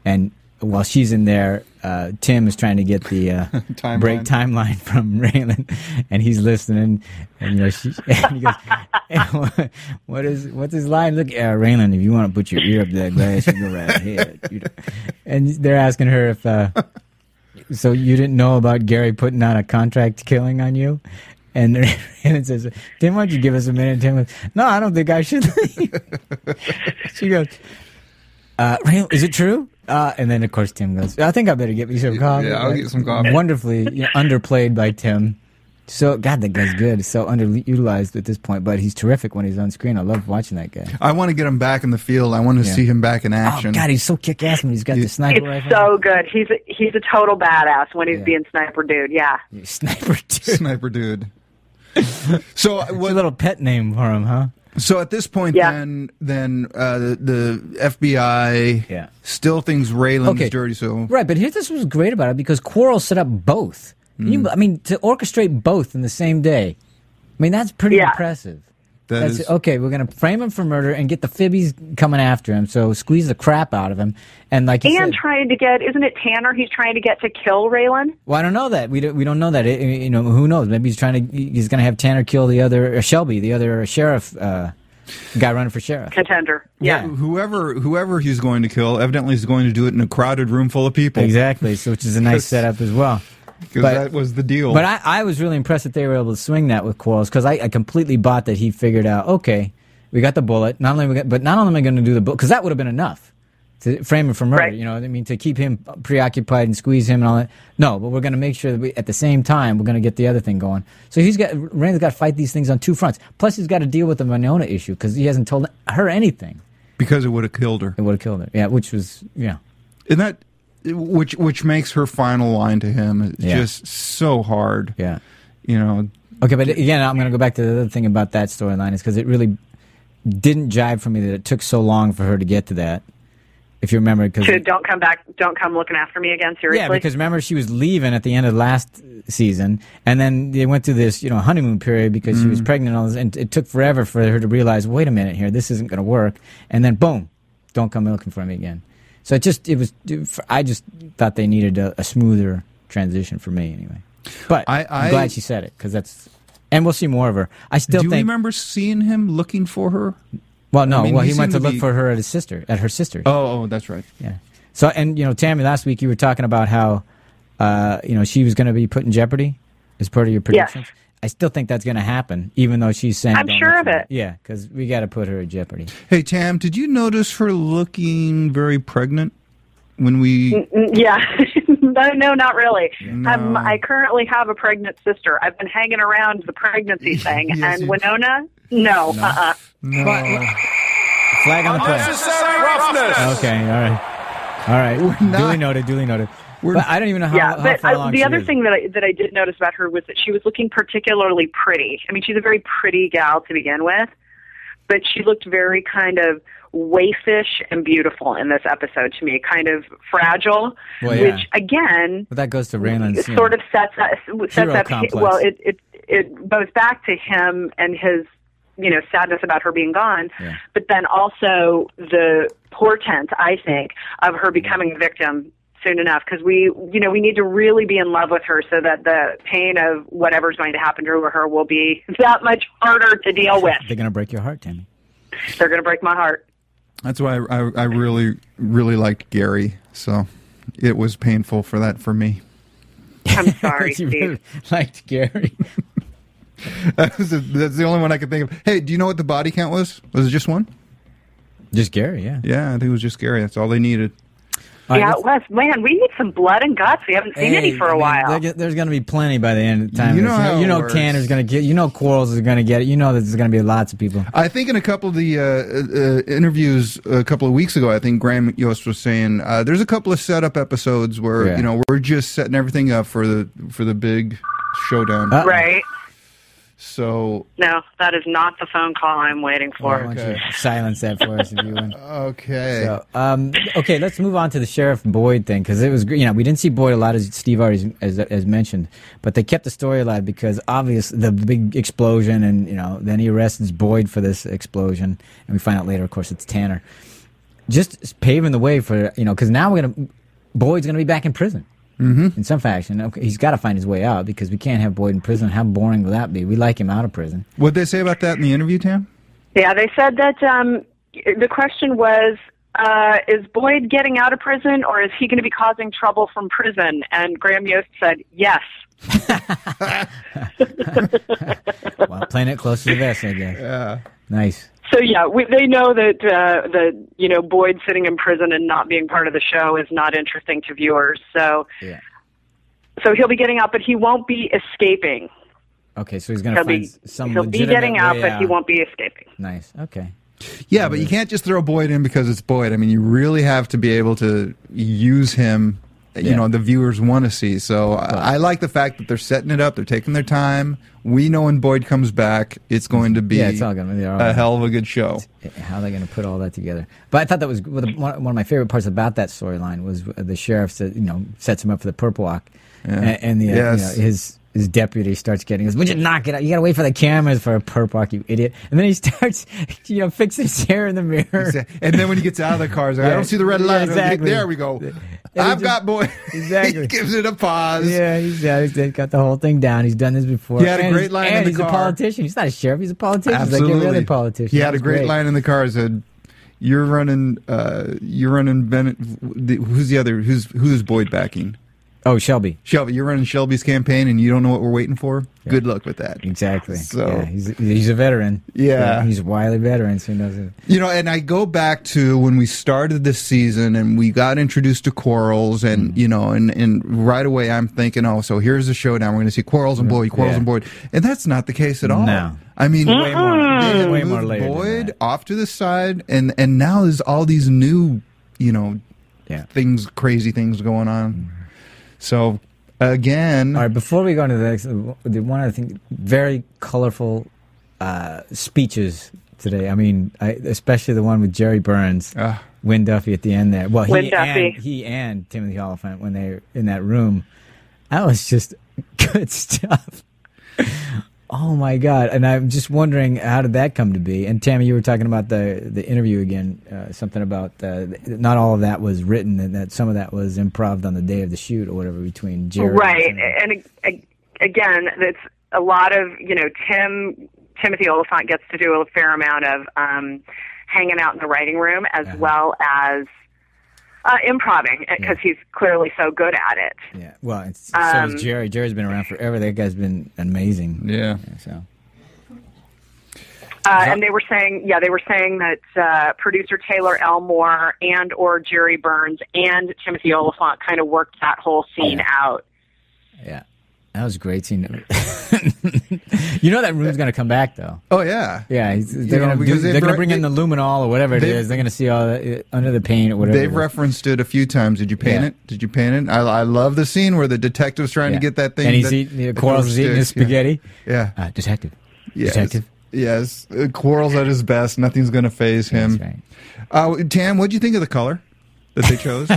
[SPEAKER 2] And while she's in there, uh, Tim is trying to get the uh,
[SPEAKER 3] Timeline.
[SPEAKER 2] break timeline from Raylan, and he's listening. And you know, she, and he goes, "Hey, "What is what's his line?" Look, uh, Raylan, if you want to put your ear up to that glass, you go right ahead. You know. And they're asking her if. Uh, so you didn't know about Gary putting on a contract killing on you? And Raylan says, Tim, why don't you give us a minute? Tim goes, No, I don't think I should leave. she goes, uh, Raylan, is it true? Uh, and then, of course, Tim goes, I think I better get me some coffee.
[SPEAKER 3] I'll get some coffee.
[SPEAKER 2] Wonderfully you know, underplayed by Tim. So, God, that guy's good. So underutilized at this point, but he's terrific when he's on screen. I love watching that guy.
[SPEAKER 3] I want to get him back in the field. I want to
[SPEAKER 2] Yeah.
[SPEAKER 3] see him back in
[SPEAKER 2] Oh,
[SPEAKER 3] action.
[SPEAKER 2] God, he's so kick ass when he's got the sniper
[SPEAKER 5] It's
[SPEAKER 2] rifle.
[SPEAKER 5] so good. He's a, he's a total badass when he's
[SPEAKER 2] Yeah.
[SPEAKER 5] being sniper dude. Yeah.
[SPEAKER 2] Sniper, dude.
[SPEAKER 3] Sniper dude. so
[SPEAKER 2] What
[SPEAKER 3] what,
[SPEAKER 2] little pet name for him, huh?
[SPEAKER 3] So at this point,
[SPEAKER 5] Yeah.
[SPEAKER 3] then, then uh, the, the FBI
[SPEAKER 4] Yeah.
[SPEAKER 3] still thinks Raylan's
[SPEAKER 2] Okay.
[SPEAKER 3] dirty. So
[SPEAKER 2] Right, but here's this was great about it because Quarrel set up both. Can You, I mean, to orchestrate both in the same day. I mean, that's pretty
[SPEAKER 5] Yeah.
[SPEAKER 2] impressive.
[SPEAKER 3] That
[SPEAKER 2] that's Oh,
[SPEAKER 3] is-
[SPEAKER 2] okay. We're gonna frame him for murder and get the fibbies coming after him. So squeeze the crap out of him, and like you
[SPEAKER 5] and
[SPEAKER 2] said,
[SPEAKER 5] trying to get isn't it Tanner? He's trying to get to kill Raylan.
[SPEAKER 2] well, I don't know that we don't, we don't know that. It, you know, who knows? Maybe he's trying to he's gonna have Tanner kill the other or Shelby, the other sheriff uh, guy running for sheriff.
[SPEAKER 5] Contender. Yeah.
[SPEAKER 3] whoever whoever he's going to kill, evidently is going to do it in a crowded room full of people.
[SPEAKER 2] Exactly. So, which is a nice
[SPEAKER 3] Yes.
[SPEAKER 2] setup as well.
[SPEAKER 3] because
[SPEAKER 2] But-
[SPEAKER 3] that was the deal.
[SPEAKER 2] But I, I was really impressed that they were able to swing that with Quarles because I, I completely bought that he figured out. Okay, we got the bullet. Not only we got, but not only am I going to do the bullet because that would have been enough to frame him for murder.
[SPEAKER 5] Right.
[SPEAKER 2] You know, what I mean, to keep him preoccupied and squeeze him and all that. No, but we're going to make sure that we, at the same time we're going to get the other thing going. So he's got Rand's got to fight these things on two fronts. Plus, he's got to deal with the Monona issue because he hasn't told her anything.
[SPEAKER 3] because it would have killed her.
[SPEAKER 2] It would have killed her. Yeah, which was yeah.
[SPEAKER 3] And that which which makes her final line to him
[SPEAKER 2] Yeah.
[SPEAKER 3] just so hard.
[SPEAKER 2] Yeah.
[SPEAKER 3] You know,
[SPEAKER 2] Okay, but again, I'm going to go back to the other thing about that storyline is because it really didn't jive for me that it took so long for her to get to that. If you remember, because
[SPEAKER 5] To don't come back. Don't come looking after me again. Seriously.
[SPEAKER 2] yeah, because remember she was leaving at the end of last season, and then they went through this you know honeymoon period because she was pregnant and all this, and it took forever for her to realize, wait a minute here, this isn't going to work, and then boom, don't come looking for me again. So it just it was I just thought they needed a, a smoother transition for me anyway. But I,
[SPEAKER 3] I-
[SPEAKER 2] am
[SPEAKER 3] I-
[SPEAKER 2] glad she said it because that's. And we'll see more of her. I still
[SPEAKER 3] do you
[SPEAKER 2] think.
[SPEAKER 3] remember seeing him looking for her?
[SPEAKER 2] Well, no.
[SPEAKER 3] I mean,
[SPEAKER 2] well,
[SPEAKER 3] he
[SPEAKER 2] he went to
[SPEAKER 3] seemed to
[SPEAKER 2] look
[SPEAKER 3] be-
[SPEAKER 2] for her at his sister, at her sister's.
[SPEAKER 3] Oh, oh that's right.
[SPEAKER 2] Yeah. So, and you know, Tammy, last week you were talking about how, uh, you know, she was going to be put in jeopardy as part of your
[SPEAKER 5] Yes.
[SPEAKER 2] predictions. I still think that's going to happen, even though she's saying.
[SPEAKER 5] I'm
[SPEAKER 2] don't
[SPEAKER 5] sure
[SPEAKER 2] look
[SPEAKER 5] of
[SPEAKER 2] for her.
[SPEAKER 5] it.
[SPEAKER 2] Yeah, because we got to put her in jeopardy.
[SPEAKER 3] Hey Tam, did you notice her looking very pregnant when we?
[SPEAKER 5] Mm, Yeah. no, no, not really. Um,
[SPEAKER 3] No.
[SPEAKER 5] I currently have a pregnant sister. I've been hanging around the pregnancy thing.
[SPEAKER 3] Yes,
[SPEAKER 5] and
[SPEAKER 3] you-
[SPEAKER 5] Winona, no, uh-uh.
[SPEAKER 3] No,
[SPEAKER 2] Flag on the play.
[SPEAKER 6] Unnecessary roughness.
[SPEAKER 2] Okay. All right. All right.
[SPEAKER 3] not-
[SPEAKER 2] duly noted. Duly noted.
[SPEAKER 3] We're-
[SPEAKER 2] but I don't even know how,
[SPEAKER 5] Yeah,
[SPEAKER 2] how
[SPEAKER 5] but
[SPEAKER 2] far
[SPEAKER 5] I,
[SPEAKER 2] along
[SPEAKER 5] the
[SPEAKER 2] she
[SPEAKER 5] other
[SPEAKER 2] is.
[SPEAKER 5] thing that I, that I did notice about her was that she was looking particularly pretty. I mean, she's a very pretty gal to begin with, but she looked very kind of waifish and beautiful in this episode to me, kind of fragile,
[SPEAKER 2] Well, yeah.
[SPEAKER 5] which again
[SPEAKER 2] But that goes to Raylan's. you know,
[SPEAKER 5] sort of sets up, sets
[SPEAKER 2] hero
[SPEAKER 5] up
[SPEAKER 2] complex.
[SPEAKER 5] well it, it it goes back to him and his you know sadness about her being gone
[SPEAKER 2] Yeah.
[SPEAKER 5] but then also the portent i think of her becoming a victim soon enough because we you know we need to really be in love with her so that the pain of whatever's going to happen to her will be that much harder to deal with
[SPEAKER 2] They're going to break your heart, Tammy.
[SPEAKER 5] they're going to break my heart
[SPEAKER 3] that's why I, I, I really really liked Gary. So it was painful for that for me.
[SPEAKER 5] i'm sorry
[SPEAKER 2] she
[SPEAKER 5] Steve.
[SPEAKER 2] really liked Gary.
[SPEAKER 3] That was the- that's the only one I could think of. Hey, do you know what the body count was? Was it just one?
[SPEAKER 2] Just Gary, yeah.
[SPEAKER 3] Yeah, I think it was just Gary. That's all they needed.
[SPEAKER 2] All right,
[SPEAKER 5] yeah
[SPEAKER 2] let's-
[SPEAKER 5] wes man we need some blood and guts we haven't seen any
[SPEAKER 2] Hey,
[SPEAKER 5] for
[SPEAKER 2] I
[SPEAKER 5] a
[SPEAKER 2] mean,
[SPEAKER 5] while
[SPEAKER 2] there- there's going to be plenty by the end of the time.
[SPEAKER 3] You
[SPEAKER 2] You
[SPEAKER 3] know
[SPEAKER 2] know,
[SPEAKER 3] how it
[SPEAKER 2] you know
[SPEAKER 3] works.
[SPEAKER 2] Tanner's going to get. You know, Quarles is going to get it. You know, that there's going to be lots of people.
[SPEAKER 3] I think in a couple of the uh, uh, uh, interviews a couple of weeks ago, I think Graham Yost was saying uh, there's a couple of setup episodes where
[SPEAKER 2] Yeah.
[SPEAKER 3] you know we're just setting everything up for the for the big showdown.
[SPEAKER 2] Uh,
[SPEAKER 5] right
[SPEAKER 3] so
[SPEAKER 5] No, that is not the phone call I'm waiting
[SPEAKER 2] I
[SPEAKER 5] for.
[SPEAKER 2] want
[SPEAKER 3] Okay.
[SPEAKER 2] you to silence that for us if you would.
[SPEAKER 3] okay,
[SPEAKER 2] So, um, okay, let's move on to the Sheriff Boyd thing because it was, gr- you know, we didn't see Boyd a lot as Steve already as, as mentioned, but they kept the story alive because obvious the big explosion and you know then he arrests Boyd for this explosion and we find out later, of course, it's Tanner, just paving the way for you know because now we're gonna Boyd's gonna be back in prison. Mm-hmm. In some fashion, okay, he's got to find his way out because we can't have Boyd in prison. How boring would that be? We like him out of prison.
[SPEAKER 3] what they say about that in the interview, Tam?
[SPEAKER 5] Yeah, they said that um, the question was uh, Is Boyd getting out of prison or is he going to be causing trouble from prison? And Graham Yost said, Yes.
[SPEAKER 2] Well, playing it close to the vest, I guess. Yeah. Nice.
[SPEAKER 5] So, yeah, we, they know that, uh, that, you know, Boyd sitting in prison and not being part of the show is not interesting to viewers. So,
[SPEAKER 2] Yeah.
[SPEAKER 5] so he'll be getting out, but he won't be escaping.
[SPEAKER 2] Okay, so he's going to
[SPEAKER 5] He'll
[SPEAKER 2] find
[SPEAKER 5] be,
[SPEAKER 2] some
[SPEAKER 5] he'll be
[SPEAKER 2] legitimate
[SPEAKER 5] getting out,
[SPEAKER 2] way
[SPEAKER 5] but he won't be escaping.
[SPEAKER 2] Nice. Okay.
[SPEAKER 3] Yeah, but you can't just throw Boyd in because it's Boyd. I mean, you really have to be able to use him you know the viewers want to see. So I, I like the fact that they're setting it up. They're taking their time. We know when Boyd comes back, it's going to be
[SPEAKER 2] Yeah, it's all gonna be all
[SPEAKER 3] a
[SPEAKER 2] right.
[SPEAKER 3] Uh, hell of a good show.
[SPEAKER 2] how they're going to put all that together. But I thought that was one of one of my favorite parts about that storyline was the sheriff that you know sets him up for the purple walk, and, and the uh,
[SPEAKER 3] Yes.
[SPEAKER 2] you know, his his deputy starts getting his. Would you knock it out? You got to wait for the cameras for a purple walk, you idiot! And then he starts you know fixing his hair in the mirror.
[SPEAKER 3] And then when he gets out of the car, he's like, I
[SPEAKER 2] Yeah.
[SPEAKER 3] don't see the red
[SPEAKER 2] Yeah,
[SPEAKER 3] light.
[SPEAKER 2] exactly.
[SPEAKER 3] There we go.
[SPEAKER 2] he
[SPEAKER 3] I've
[SPEAKER 2] just-
[SPEAKER 3] got Boyd. he
[SPEAKER 2] Exactly.
[SPEAKER 3] gives it a pause.
[SPEAKER 2] Yeah, he's, yeah, he's he's got the whole thing down. He's done this before.
[SPEAKER 3] He had a
[SPEAKER 2] And
[SPEAKER 3] great
[SPEAKER 2] he's-
[SPEAKER 3] line in
[SPEAKER 2] And
[SPEAKER 3] the
[SPEAKER 2] he's
[SPEAKER 3] car.
[SPEAKER 2] a politician. He's not a sheriff. He's a politician.
[SPEAKER 3] Absolutely.
[SPEAKER 2] He's like every other politician.
[SPEAKER 3] He had a
[SPEAKER 2] That's
[SPEAKER 3] great, line in the car. He said, "You're running, uh, you're running Bennett. the- Who's the other? Who's who's Boyd backing?
[SPEAKER 2] Oh, Shelby.
[SPEAKER 3] Shelby. You're running Shelby's campaign, and you don't know what we're waiting for. Good luck with that.
[SPEAKER 2] Exactly.
[SPEAKER 3] So-
[SPEAKER 2] yeah, he's he's a veteran.
[SPEAKER 3] Yeah.
[SPEAKER 2] he's a wily veteran. So he knows it.
[SPEAKER 3] You know, and I go back to when we started this season and we got introduced to Quarles, and
[SPEAKER 2] Mm-hmm.
[SPEAKER 3] you know, and and right away I'm thinking, oh, so here's the showdown. We're going to see Quarles and Boyd, Quarles
[SPEAKER 2] Mm-hmm. Yeah.
[SPEAKER 3] and Boyd, and that's not the case at all.
[SPEAKER 2] No.
[SPEAKER 3] I mean, way more, they had
[SPEAKER 2] Way more
[SPEAKER 3] moved
[SPEAKER 2] layered than
[SPEAKER 3] Boyd
[SPEAKER 2] that.
[SPEAKER 3] off to the side, and and now there's all these new, you know,
[SPEAKER 2] Yeah. Mm-hmm.
[SPEAKER 3] things, crazy things going on. So again,
[SPEAKER 2] All right, before we go into the next, uh, the one other thing, very colorful uh, speeches today. I mean, I, especially the one with Jerry Burns,
[SPEAKER 3] Ah.
[SPEAKER 2] Win Duffy at the end there. Well, he
[SPEAKER 5] Win Duffy.
[SPEAKER 2] and he and Timothy Oliphant when they're in that room. That was just good stuff. Oh my God! And I'm just wondering how did that come to be? And Tammy, you were talking about the the interview again, uh, something about uh, not all of that was written, and that some of that was improv on the day of the shoot or whatever between Jerry. and
[SPEAKER 5] right
[SPEAKER 2] Timothy.
[SPEAKER 5] and ag- ag- again it's a lot of you know tim timothy oliphant gets to do a fair amount of um hanging out in the writing room as well as uh improving because he's clearly so good at it
[SPEAKER 2] Yeah. Well, it's, so is Jerry. Jerry's been around forever. That guy's been amazing.
[SPEAKER 3] yeah.
[SPEAKER 2] So
[SPEAKER 5] Uh, and they were saying, yeah, they were saying that uh, producer Taylor Elmore and or Jerry Burns and Timothy Oliphant kind of worked that whole scene out.
[SPEAKER 2] yeah, that was a great scene. you know that room's gonna come back though.
[SPEAKER 3] Oh yeah.
[SPEAKER 2] Yeah, he's,
[SPEAKER 3] You
[SPEAKER 2] they're,
[SPEAKER 3] know,
[SPEAKER 2] gonna, do-
[SPEAKER 3] because they've
[SPEAKER 2] they're gonna
[SPEAKER 3] re-
[SPEAKER 2] bring in
[SPEAKER 3] they-
[SPEAKER 2] the luminol or whatever it
[SPEAKER 3] they've-
[SPEAKER 2] is. They're gonna see all the, uh, under the paint or whatever.
[SPEAKER 3] They've referenced it a few times. Did you paint
[SPEAKER 2] Yeah.
[SPEAKER 3] it? Did you paint it? I, I love the scene where the detective's trying
[SPEAKER 2] Yeah.
[SPEAKER 3] to get that thing.
[SPEAKER 2] And he's
[SPEAKER 3] that-
[SPEAKER 2] eating.
[SPEAKER 3] that
[SPEAKER 2] Quarles is eating his
[SPEAKER 3] sticks. Yeah.
[SPEAKER 2] spaghetti.
[SPEAKER 3] Yeah.
[SPEAKER 2] Uh, detective.
[SPEAKER 3] Yes.
[SPEAKER 2] Detective.
[SPEAKER 3] Yes. Uh, Quarles at his best. Nothing's going to phase him.
[SPEAKER 2] That's right.
[SPEAKER 3] uh, Tam, what'd you think of the color that they chose?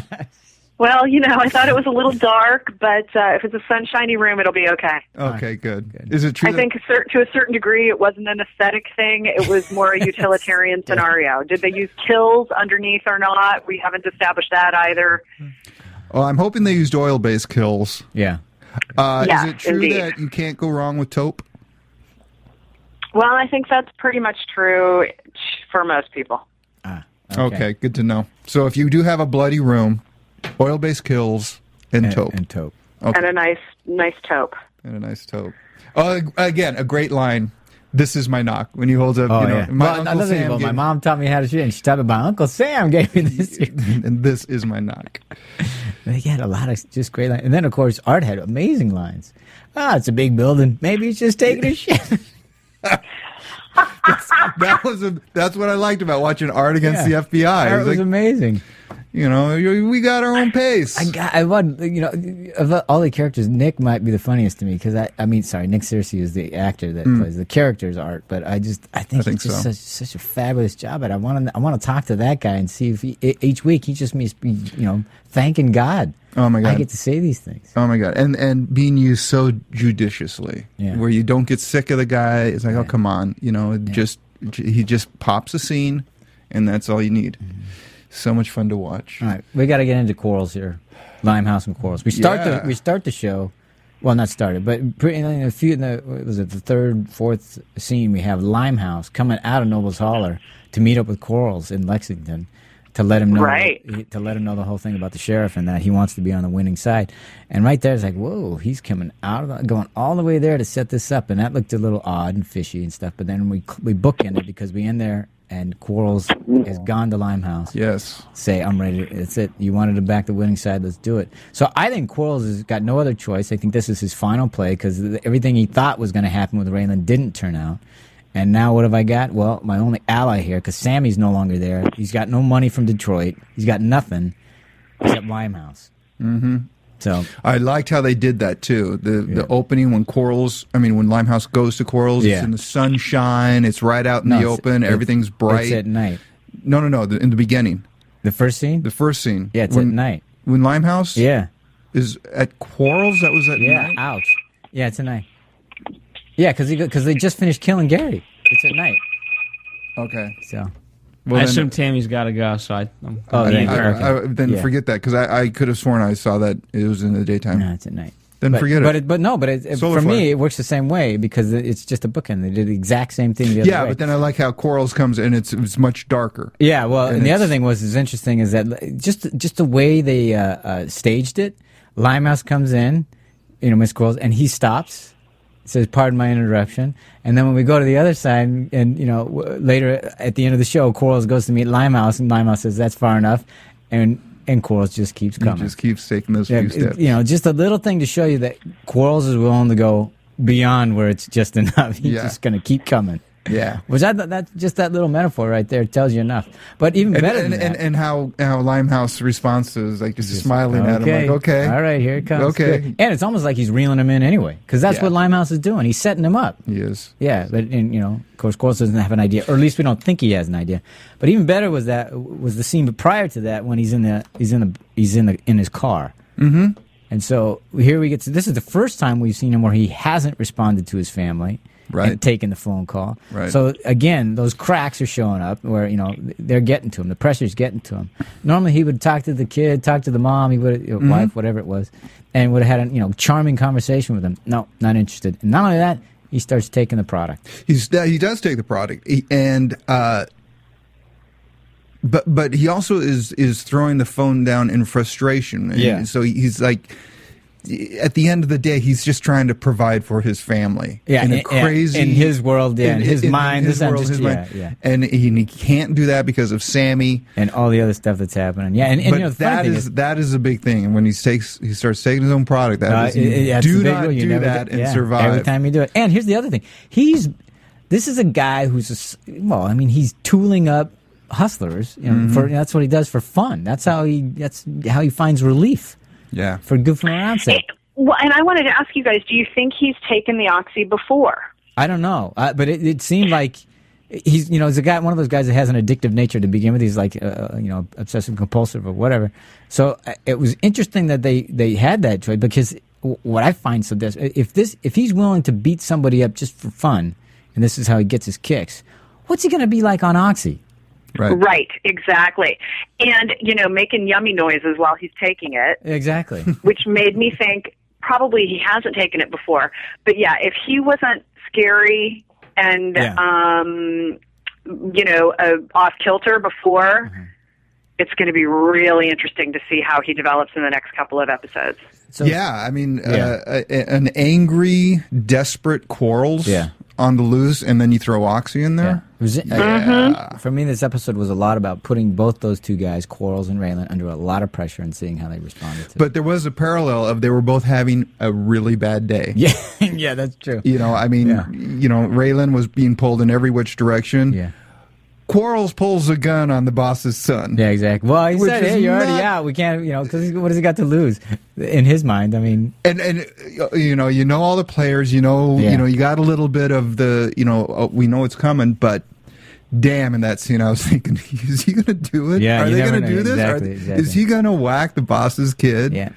[SPEAKER 5] Well, you know, I thought it was a little dark, but uh, if it's a sunshiny room, it'll be okay.
[SPEAKER 3] okay, good. Is it true?
[SPEAKER 5] I
[SPEAKER 3] that-
[SPEAKER 5] think a cer- to a certain degree, it wasn't an aesthetic thing. It was more a utilitarian scenario. Did they use kills underneath or not? We haven't established that either.
[SPEAKER 3] Oh, I'm hoping they used oil-based kills.
[SPEAKER 2] Yeah.
[SPEAKER 3] Uh,
[SPEAKER 5] Yeah,
[SPEAKER 3] is it true
[SPEAKER 5] indeed.
[SPEAKER 3] that you can't go wrong with taupe?
[SPEAKER 5] Well, I think that's pretty much true for most people.
[SPEAKER 3] Okay. good to know. So if you do have a bloody room, oil-based kills and,
[SPEAKER 2] And,
[SPEAKER 3] taupe
[SPEAKER 2] and taupe.
[SPEAKER 5] And a nice, nice taupe.
[SPEAKER 3] and a nice taupe. Uh, again, a great line. This is my knock when he holds up.
[SPEAKER 2] Oh
[SPEAKER 3] you know,
[SPEAKER 2] yeah.
[SPEAKER 3] my
[SPEAKER 2] well,
[SPEAKER 3] uncle
[SPEAKER 2] another
[SPEAKER 3] Sam
[SPEAKER 2] evil,
[SPEAKER 3] gave
[SPEAKER 2] my
[SPEAKER 3] me-
[SPEAKER 2] mom taught me how to shoot, and she taught me my uncle Sam gave me this.
[SPEAKER 3] and this is my knock.
[SPEAKER 2] They had a lot of just great lines. And then, of course, Art had amazing lines. Ah, it's a big building. Maybe it's just taking a shit.
[SPEAKER 3] That was a, that's what I liked about watching Art against
[SPEAKER 2] Yeah.
[SPEAKER 3] the FBI. It
[SPEAKER 2] Art
[SPEAKER 3] was
[SPEAKER 2] was
[SPEAKER 3] like,
[SPEAKER 2] amazing.
[SPEAKER 3] you know, you- we got our own pace.
[SPEAKER 2] I got, I want, you know, of all the characters, Nick might be the funniest to me because I, I mean, sorry, Nick Searcy is the actor that plays the character's Art, but I just, Mm. I think,
[SPEAKER 3] I think
[SPEAKER 2] he just
[SPEAKER 3] so.
[SPEAKER 2] does such a fabulous job. At it. I want to, I want to talk to that guy and see if he, e- each week he just means, you know, thanking God.
[SPEAKER 3] Oh, my God.
[SPEAKER 2] I get to say these things.
[SPEAKER 3] oh my god, and and being used so judiciously,
[SPEAKER 2] Yeah.
[SPEAKER 3] where you don't get sick of the guy. It's like, oh come on, you know, it just j- he just pops a scene, and that's all you need. So much fun to watch.
[SPEAKER 2] Mm-hmm. All right, we got to get into quarrels here, Limehouse and quarrels. We start
[SPEAKER 3] Yeah.
[SPEAKER 2] the we start the show, well, not started, but pretty, in a few. In the, what was it the third, fourth scene? We have Limehouse coming out of Noble's Holler to meet up with Quarles in Lexington to let him know
[SPEAKER 5] Right.
[SPEAKER 2] he- to let him know the whole thing about the sheriff and that he wants to be on the winning side. And right there, it's like, whoa, he's coming out of the, going all the way there to set this up, and that looked a little odd and fishy and stuff. But then we we bookend it because we end there. And Quarles has gone to Limehouse
[SPEAKER 3] Yes,
[SPEAKER 2] say, I'm ready. That's it. You wanted to back the winning side. Let's do it. So I think Quarles has got no other choice. I think this is his final play because everything he thought was going to happen with Raylan didn't turn out. And now what have I got? Well, my only ally here because Sammy's no longer there. He's got no money from Detroit. He's got nothing except Limehouse.
[SPEAKER 3] Mm-hmm.
[SPEAKER 2] So
[SPEAKER 3] I liked how they did that too. The the opening when Corals, I mean when Limehouse goes to Corals,
[SPEAKER 2] Yeah.
[SPEAKER 3] it's in the sunshine, it's right out in
[SPEAKER 2] No,
[SPEAKER 3] the
[SPEAKER 2] it's-
[SPEAKER 3] open,
[SPEAKER 2] it's-
[SPEAKER 3] everything's bright.
[SPEAKER 2] It's at night.
[SPEAKER 3] No, no, no, the, in the beginning,
[SPEAKER 2] The first scene.
[SPEAKER 3] the first scene.
[SPEAKER 2] yeah, it's
[SPEAKER 3] when,
[SPEAKER 2] at night.
[SPEAKER 3] When Limehouse
[SPEAKER 2] Yeah.
[SPEAKER 3] is at Quarles, that was at
[SPEAKER 2] Yeah.
[SPEAKER 3] night.
[SPEAKER 2] Ouch. Yeah, it's at night. Yeah, because because they just finished killing Gary. It's at night.
[SPEAKER 3] Okay.
[SPEAKER 2] So
[SPEAKER 3] Well,
[SPEAKER 4] I
[SPEAKER 3] then-
[SPEAKER 4] assume Tammy's got to go, so I, I'm
[SPEAKER 2] Oh,
[SPEAKER 4] gonna
[SPEAKER 2] yeah.
[SPEAKER 4] leave
[SPEAKER 3] I,
[SPEAKER 4] her.
[SPEAKER 2] Okay.
[SPEAKER 3] I, then
[SPEAKER 2] Yeah.
[SPEAKER 3] forget that because I, I could have sworn I saw that it was in the daytime.
[SPEAKER 2] no, it's at night.
[SPEAKER 3] Then
[SPEAKER 2] but,
[SPEAKER 3] forget it.
[SPEAKER 2] But but no, but it, it-
[SPEAKER 3] Solar
[SPEAKER 2] for
[SPEAKER 3] flare.
[SPEAKER 2] me it works the same way because it- it's just a bookend. They did the exact same thing. The other
[SPEAKER 3] yeah,
[SPEAKER 2] way.
[SPEAKER 3] but then I like how Quarles comes and it's it's much darker.
[SPEAKER 2] Yeah, well,
[SPEAKER 3] And
[SPEAKER 2] and, the
[SPEAKER 3] it's-
[SPEAKER 2] other thing was is interesting is that l- just just the way they uh, uh, staged it, Limehouse comes in, you know, Miss Quarles, and he stops, says, "Pardon my interruption," and then when we go to the other side, and, and you know, w- later at the end of the show, Quarles goes to meet Limehouse, and Limehouse says, "That's far enough," and and Quarles just keeps
[SPEAKER 3] He
[SPEAKER 2] coming.
[SPEAKER 3] just keeps taking those
[SPEAKER 2] Yeah,
[SPEAKER 3] few
[SPEAKER 2] it-
[SPEAKER 3] steps.
[SPEAKER 2] you know, just a little thing to show you that Quarles is willing to go beyond where it's just enough. He's
[SPEAKER 3] Yeah.
[SPEAKER 2] just going to keep coming.
[SPEAKER 3] yeah.
[SPEAKER 2] Was that that just that little metaphor right there tells you enough? But even
[SPEAKER 3] And,
[SPEAKER 2] better
[SPEAKER 3] and,
[SPEAKER 2] than
[SPEAKER 3] and,
[SPEAKER 2] that,
[SPEAKER 3] and how how Limehouse responds to is like just, smiling at him, like okay,
[SPEAKER 2] all right, here it comes.
[SPEAKER 3] Okay.
[SPEAKER 2] Good. and it's almost like he's reeling him in anyway, because that's
[SPEAKER 3] Yeah.
[SPEAKER 2] what Limehouse is doing. He's setting him up.
[SPEAKER 3] He is.
[SPEAKER 2] Yeah, but and, you know, of course, Quarles doesn't have an idea, or at least we don't think he has an idea. But even better was that was the scene prior to that when he's in the he's in the he's in the in his car. Mm-hmm. And so here we get to this is the first time we've seen him where he hasn't responded to his family.
[SPEAKER 3] Right.
[SPEAKER 2] And taken the phone call.
[SPEAKER 3] Right.
[SPEAKER 2] So again, those cracks are showing up where you know they're getting to him. The pressure's getting to him. Normally, he would talk to the kid, talk to the mom, he would you know,
[SPEAKER 3] Mm-hmm.
[SPEAKER 2] wife, whatever it was, and would have had a you know charming conversation with him. No, not interested. And not only that, he starts taking the product.
[SPEAKER 3] He's he does take the product He- and uh, but but he also is is throwing the phone down in frustration. And
[SPEAKER 2] Yeah.
[SPEAKER 3] So he's like. At the end of the day, he's just trying to provide for his family.
[SPEAKER 2] Yeah,
[SPEAKER 3] in a
[SPEAKER 2] in- in-
[SPEAKER 3] crazy
[SPEAKER 2] in his world, yeah, in his mind,
[SPEAKER 3] his
[SPEAKER 2] this- I'm
[SPEAKER 3] world,
[SPEAKER 2] just-
[SPEAKER 3] his
[SPEAKER 2] yeah,
[SPEAKER 3] mind.
[SPEAKER 2] yeah.
[SPEAKER 3] And he, and he can't do that because of Sammy.
[SPEAKER 2] and all the other stuff that's happening. Yeah, and, and
[SPEAKER 3] but
[SPEAKER 2] you know, the
[SPEAKER 3] that
[SPEAKER 2] funny thing
[SPEAKER 3] is, that is a big thing. And when he takes he starts taking his own product, that
[SPEAKER 2] uh,
[SPEAKER 3] is-
[SPEAKER 2] it- it- yeah, it's a
[SPEAKER 3] do
[SPEAKER 2] big
[SPEAKER 3] not
[SPEAKER 2] rule. You
[SPEAKER 3] do
[SPEAKER 2] never
[SPEAKER 3] that
[SPEAKER 2] do-
[SPEAKER 3] and
[SPEAKER 2] yeah,
[SPEAKER 3] survive.
[SPEAKER 2] every time you do it. And here's the other thing: he's this is a guy who's a s well, I mean, he's tooling up hustlers. You know, for
[SPEAKER 3] Mm-hmm.
[SPEAKER 2] that's what he does for fun. That's how he that's how he finds relief
[SPEAKER 3] Yeah.
[SPEAKER 2] for goofing around. Sake.
[SPEAKER 5] Well, and I wanted to ask you guys: Do you think he's taken the oxy before?
[SPEAKER 2] I don't know, uh, but it, it seemed like he's you know he's a guy one of those guys that has an addictive nature to begin with. He's like uh, you know obsessive compulsive or whatever. So uh, it was interesting that they they had that choice because w- what I find so this if this if he's willing to beat somebody up just for fun and this is how he gets his kicks, what's he going to be like on oxy?
[SPEAKER 3] Right.
[SPEAKER 5] Right, exactly. And, you know, making yummy noises while he's taking it,
[SPEAKER 2] Exactly.
[SPEAKER 5] which made me think probably he hasn't taken it before. But yeah, if he wasn't scary and,
[SPEAKER 2] Yeah.
[SPEAKER 5] um, you know, uh, off kilter before, it's going to be really interesting to see how he develops in the next couple of episodes.
[SPEAKER 2] So
[SPEAKER 3] Yeah, I mean, Uh, a, a- an angry, desperate quarrels
[SPEAKER 2] Yeah.
[SPEAKER 3] on the loose, and then you throw Oxy in
[SPEAKER 2] Yeah.
[SPEAKER 3] there.
[SPEAKER 2] It was- uh, For me, this episode was a lot about putting both those two guys, Quarles and Raylan, under a lot of pressure and seeing how they responded to it.
[SPEAKER 3] But there was a parallel of they were both having a really bad day.
[SPEAKER 2] Yeah, yeah, that's true.
[SPEAKER 3] You know, I mean,
[SPEAKER 2] Yeah.
[SPEAKER 3] you know, Raylan was being pulled in every which direction.
[SPEAKER 2] Yeah.
[SPEAKER 3] Quarles pulls a gun on the boss's son.
[SPEAKER 2] Yeah, exactly. Well, he
[SPEAKER 3] Which
[SPEAKER 2] said,
[SPEAKER 3] is
[SPEAKER 2] "Hey, you're
[SPEAKER 3] not-
[SPEAKER 2] already out. We can't, you know, because what has he got to lose?" In his mind, I mean,
[SPEAKER 3] and and uh, you know you know all the players you know
[SPEAKER 2] Yeah.
[SPEAKER 3] you know you got a little bit of the you know uh, we know it's coming but damn in that scene i was thinking is he gonna do it
[SPEAKER 2] Yeah,
[SPEAKER 3] are
[SPEAKER 2] you
[SPEAKER 3] they
[SPEAKER 2] never
[SPEAKER 3] gonna
[SPEAKER 2] know.
[SPEAKER 3] do this Are
[SPEAKER 2] Exactly,
[SPEAKER 3] they-
[SPEAKER 2] exactly.
[SPEAKER 3] is he gonna whack the boss's kid
[SPEAKER 2] yeah.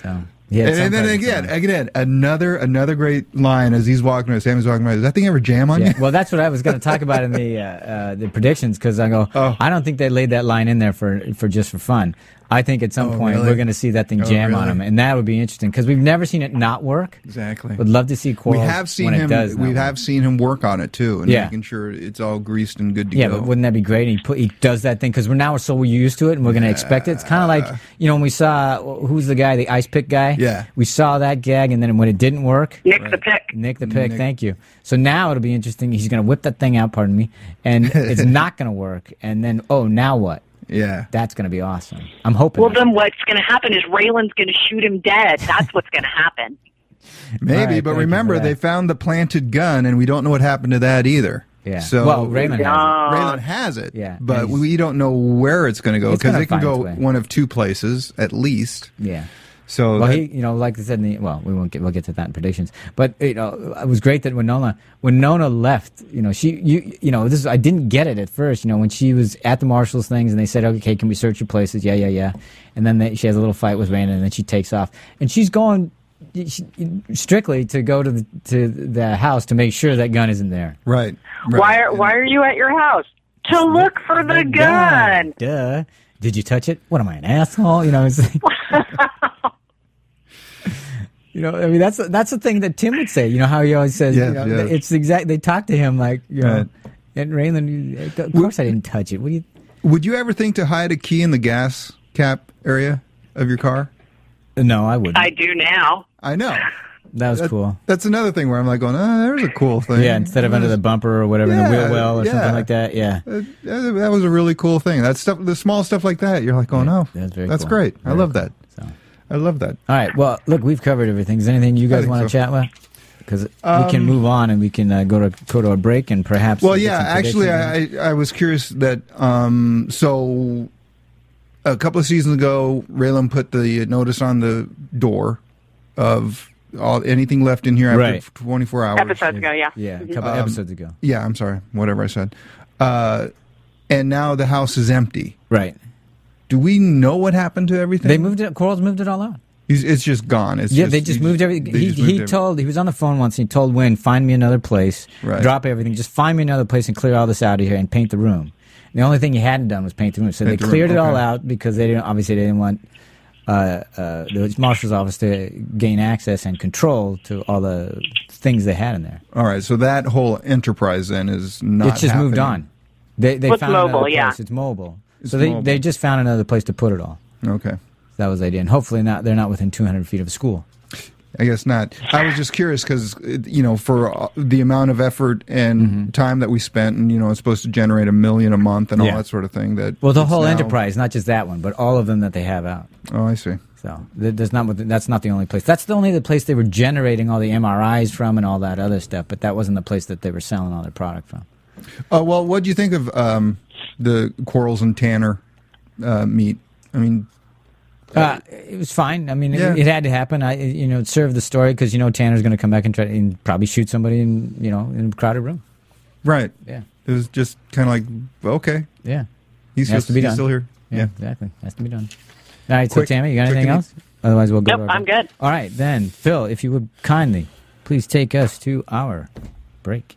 [SPEAKER 2] So yeah,
[SPEAKER 3] and, and then again again another another great line as he's walking by sammy's walking by does that thing ever jam on
[SPEAKER 2] yeah.
[SPEAKER 3] you
[SPEAKER 2] Well, that's what I was going to talk about in the uh, uh, the predictions because I go,
[SPEAKER 3] Oh.
[SPEAKER 2] I don't think they laid that line in there for for just for fun. I think at some
[SPEAKER 3] Oh,
[SPEAKER 2] point
[SPEAKER 3] really?
[SPEAKER 2] we're going to see that thing
[SPEAKER 3] Oh,
[SPEAKER 2] jam on
[SPEAKER 3] really?
[SPEAKER 2] him, and that would be interesting because we've never seen it not work.
[SPEAKER 3] exactly
[SPEAKER 2] Would love to see Quarles.
[SPEAKER 3] we have seen
[SPEAKER 2] when
[SPEAKER 3] him
[SPEAKER 2] It does not
[SPEAKER 3] we
[SPEAKER 2] work.
[SPEAKER 3] have seen him work on it too and
[SPEAKER 2] Yeah.
[SPEAKER 3] making sure it's all greased and good to
[SPEAKER 2] Yeah,
[SPEAKER 3] go
[SPEAKER 2] but wouldn't that be great? And he put he does that thing because we're now so we're used to it and we're going to expect it. It's kind of like you know when we saw who's the guy, the ice pick guy.
[SPEAKER 3] Yeah.
[SPEAKER 2] we saw that gag, and then when it didn't work,
[SPEAKER 5] Nick the pick.
[SPEAKER 2] Nick the pick.
[SPEAKER 3] Nick.
[SPEAKER 2] Thank you. So now it'll be interesting. He's going to whip that thing out. Pardon me, and it's not going to work. And then oh, now what?
[SPEAKER 3] yeah
[SPEAKER 2] That's going to be awesome. I'm hoping.
[SPEAKER 5] Well,
[SPEAKER 2] that's-
[SPEAKER 5] then what's going to happen is Raylan's going to shoot him dead. That's what's going to happen.
[SPEAKER 2] All
[SPEAKER 3] Maybe,
[SPEAKER 2] right,
[SPEAKER 3] but
[SPEAKER 2] thank you
[SPEAKER 3] remember
[SPEAKER 2] for that.
[SPEAKER 3] they found the planted gun, and we don't know what happened to that either.
[SPEAKER 2] yeah.
[SPEAKER 3] So
[SPEAKER 2] well, Raymond. Has it.
[SPEAKER 3] Raylan has it.
[SPEAKER 2] Yeah,
[SPEAKER 3] But
[SPEAKER 2] and he's-
[SPEAKER 3] we don't know where it's going to go
[SPEAKER 2] It's
[SPEAKER 3] because
[SPEAKER 2] gonna
[SPEAKER 3] it can
[SPEAKER 2] find
[SPEAKER 3] go
[SPEAKER 2] its way.
[SPEAKER 3] one of two places at least.
[SPEAKER 2] Yeah.
[SPEAKER 3] So
[SPEAKER 2] well,
[SPEAKER 3] that-
[SPEAKER 2] he, you know, like I said, in the, well, we won't get, we'll get to that in predictions. But you know, it was great that Winona, Winona left. You know, she, you, you know, this is, I didn't get it at first. You know, when she was at the Marshalls things, and they said, okay, can we search your places? Yeah, yeah, yeah. And then they, she has a little fight with Raina, and then she takes off, and she's going she, strictly to go to the, to the house to make sure that gun isn't there.
[SPEAKER 3] right, right.
[SPEAKER 5] Why are Why are you at your house to look for the gun?
[SPEAKER 2] Duh. Did you touch it? What am I, an asshole? You know, it's like- you know, I mean, that's that's the thing that Tim would say. You know how he always says,
[SPEAKER 3] Yes,
[SPEAKER 2] you know,
[SPEAKER 3] yes.
[SPEAKER 2] it's the exact. They talk to him like, you know,
[SPEAKER 3] Right.
[SPEAKER 2] and Raylan. Of course, I didn't touch it. What do you?
[SPEAKER 3] Would you ever think to hide a key in the gas cap area of your car? Uh,
[SPEAKER 2] No, I wouldn't.
[SPEAKER 5] I do now.
[SPEAKER 3] I know.
[SPEAKER 2] that was
[SPEAKER 3] That-
[SPEAKER 2] cool.
[SPEAKER 3] That's another thing where I'm like going, oh, there's a cool thing.
[SPEAKER 2] Yeah, instead of under the bumper or whatever, in
[SPEAKER 3] Yeah,
[SPEAKER 2] the wheel well or
[SPEAKER 3] yeah.
[SPEAKER 2] something like that. Yeah.
[SPEAKER 3] Uh, that that was a really cool thing. That stuff, the small stuff like that, you're like, oh no,
[SPEAKER 2] that's very cool.
[SPEAKER 3] great. I
[SPEAKER 2] Very
[SPEAKER 3] love
[SPEAKER 2] cool.
[SPEAKER 3] that.
[SPEAKER 2] So,
[SPEAKER 3] I love that.
[SPEAKER 2] all right. Well, look, we've covered everything. Is there anything you guys
[SPEAKER 3] think
[SPEAKER 2] want to
[SPEAKER 3] so. Um,
[SPEAKER 2] chat with? Because we can move on and we can uh, go to go to a break and perhaps.
[SPEAKER 3] Well,
[SPEAKER 2] get
[SPEAKER 3] yeah,
[SPEAKER 2] some
[SPEAKER 3] actually,
[SPEAKER 2] predictions.
[SPEAKER 3] I, I I was curious that um so a couple of seasons ago, Raylan put the notice on the door of all anything left in here after
[SPEAKER 2] Right.
[SPEAKER 3] 24 hours.
[SPEAKER 5] Episodes ago, yeah. Mm-hmm.
[SPEAKER 2] Yeah, a couple episodes ago.
[SPEAKER 3] Yeah, I'm sorry, whatever I said. Uh, and now the house is empty.
[SPEAKER 2] Right.
[SPEAKER 3] Do we know what happened to everything?
[SPEAKER 2] They moved it. Coral's moved it all out.
[SPEAKER 3] He's- It's just gone. It's
[SPEAKER 2] yeah, they just
[SPEAKER 3] he
[SPEAKER 2] moved everything.
[SPEAKER 3] they
[SPEAKER 2] He,
[SPEAKER 3] just
[SPEAKER 2] he
[SPEAKER 3] moved everything.
[SPEAKER 2] told he was on the phone once. and He told Wynn, find me another place,
[SPEAKER 3] Right.
[SPEAKER 2] drop everything, just find me another place and clear all this out of here and paint the room. And the only thing he hadn't done was paint the room, so
[SPEAKER 3] Paint
[SPEAKER 2] they
[SPEAKER 3] the room,
[SPEAKER 2] cleared it all
[SPEAKER 3] okay.
[SPEAKER 2] out because they didn't obviously they didn't want uh, uh, the marshal's office to gain access and control to all the things they had in there.
[SPEAKER 3] All right, so that whole enterprise then is not.
[SPEAKER 2] it's just moved
[SPEAKER 3] happening.
[SPEAKER 2] on. They they
[SPEAKER 5] Well, it's
[SPEAKER 2] found
[SPEAKER 5] mobile,
[SPEAKER 2] another place.
[SPEAKER 5] yeah.
[SPEAKER 2] It's mobile.
[SPEAKER 3] It's
[SPEAKER 2] so they
[SPEAKER 3] mobile.
[SPEAKER 2] they just found another place to put it all.
[SPEAKER 3] Okay,
[SPEAKER 2] That was the idea, and hopefully not they're not within 200 feet of school.
[SPEAKER 3] I guess not. I was just curious because you know for uh, the amount of effort and
[SPEAKER 2] Mm-hmm.
[SPEAKER 3] time that we spent, and you know it's supposed to generate a million a month and
[SPEAKER 2] Yeah.
[SPEAKER 3] all that sort of thing. That
[SPEAKER 2] Well, the
[SPEAKER 3] it's
[SPEAKER 2] whole
[SPEAKER 3] now-
[SPEAKER 2] enterprise, not just that one, but all of them that they have out.
[SPEAKER 3] Oh, I see.
[SPEAKER 2] So th- there's not that's not the only place. That's the only the place they were generating all the MRIs from and all that other stuff. But that wasn't the place that they were selling all their product from.
[SPEAKER 3] Oh well, what do you think of um, the Quarles and Tanner uh, meet? I mean,
[SPEAKER 2] Uh, it was fine. I mean,
[SPEAKER 3] Yeah.
[SPEAKER 2] it, it had to happen. I you know it served the story because you know Tanner's going to come back and try and probably shoot somebody in you know in a crowded room.
[SPEAKER 3] right?
[SPEAKER 2] Yeah,
[SPEAKER 3] It was just kind of like okay,
[SPEAKER 2] yeah,
[SPEAKER 3] he's,
[SPEAKER 2] Has
[SPEAKER 3] just,
[SPEAKER 2] to be
[SPEAKER 3] he's
[SPEAKER 2] done.
[SPEAKER 3] still here.
[SPEAKER 2] yeah. Exactly. Has to be done. All right,
[SPEAKER 3] Quick-
[SPEAKER 2] so Tammy, you got
[SPEAKER 3] quick
[SPEAKER 2] anything
[SPEAKER 3] and e-
[SPEAKER 2] else? Otherwise, we'll go.
[SPEAKER 5] Nope,
[SPEAKER 2] to our
[SPEAKER 5] I'm
[SPEAKER 2] break.
[SPEAKER 5] good.
[SPEAKER 2] All right, then Phil, if you would kindly please take us to our break.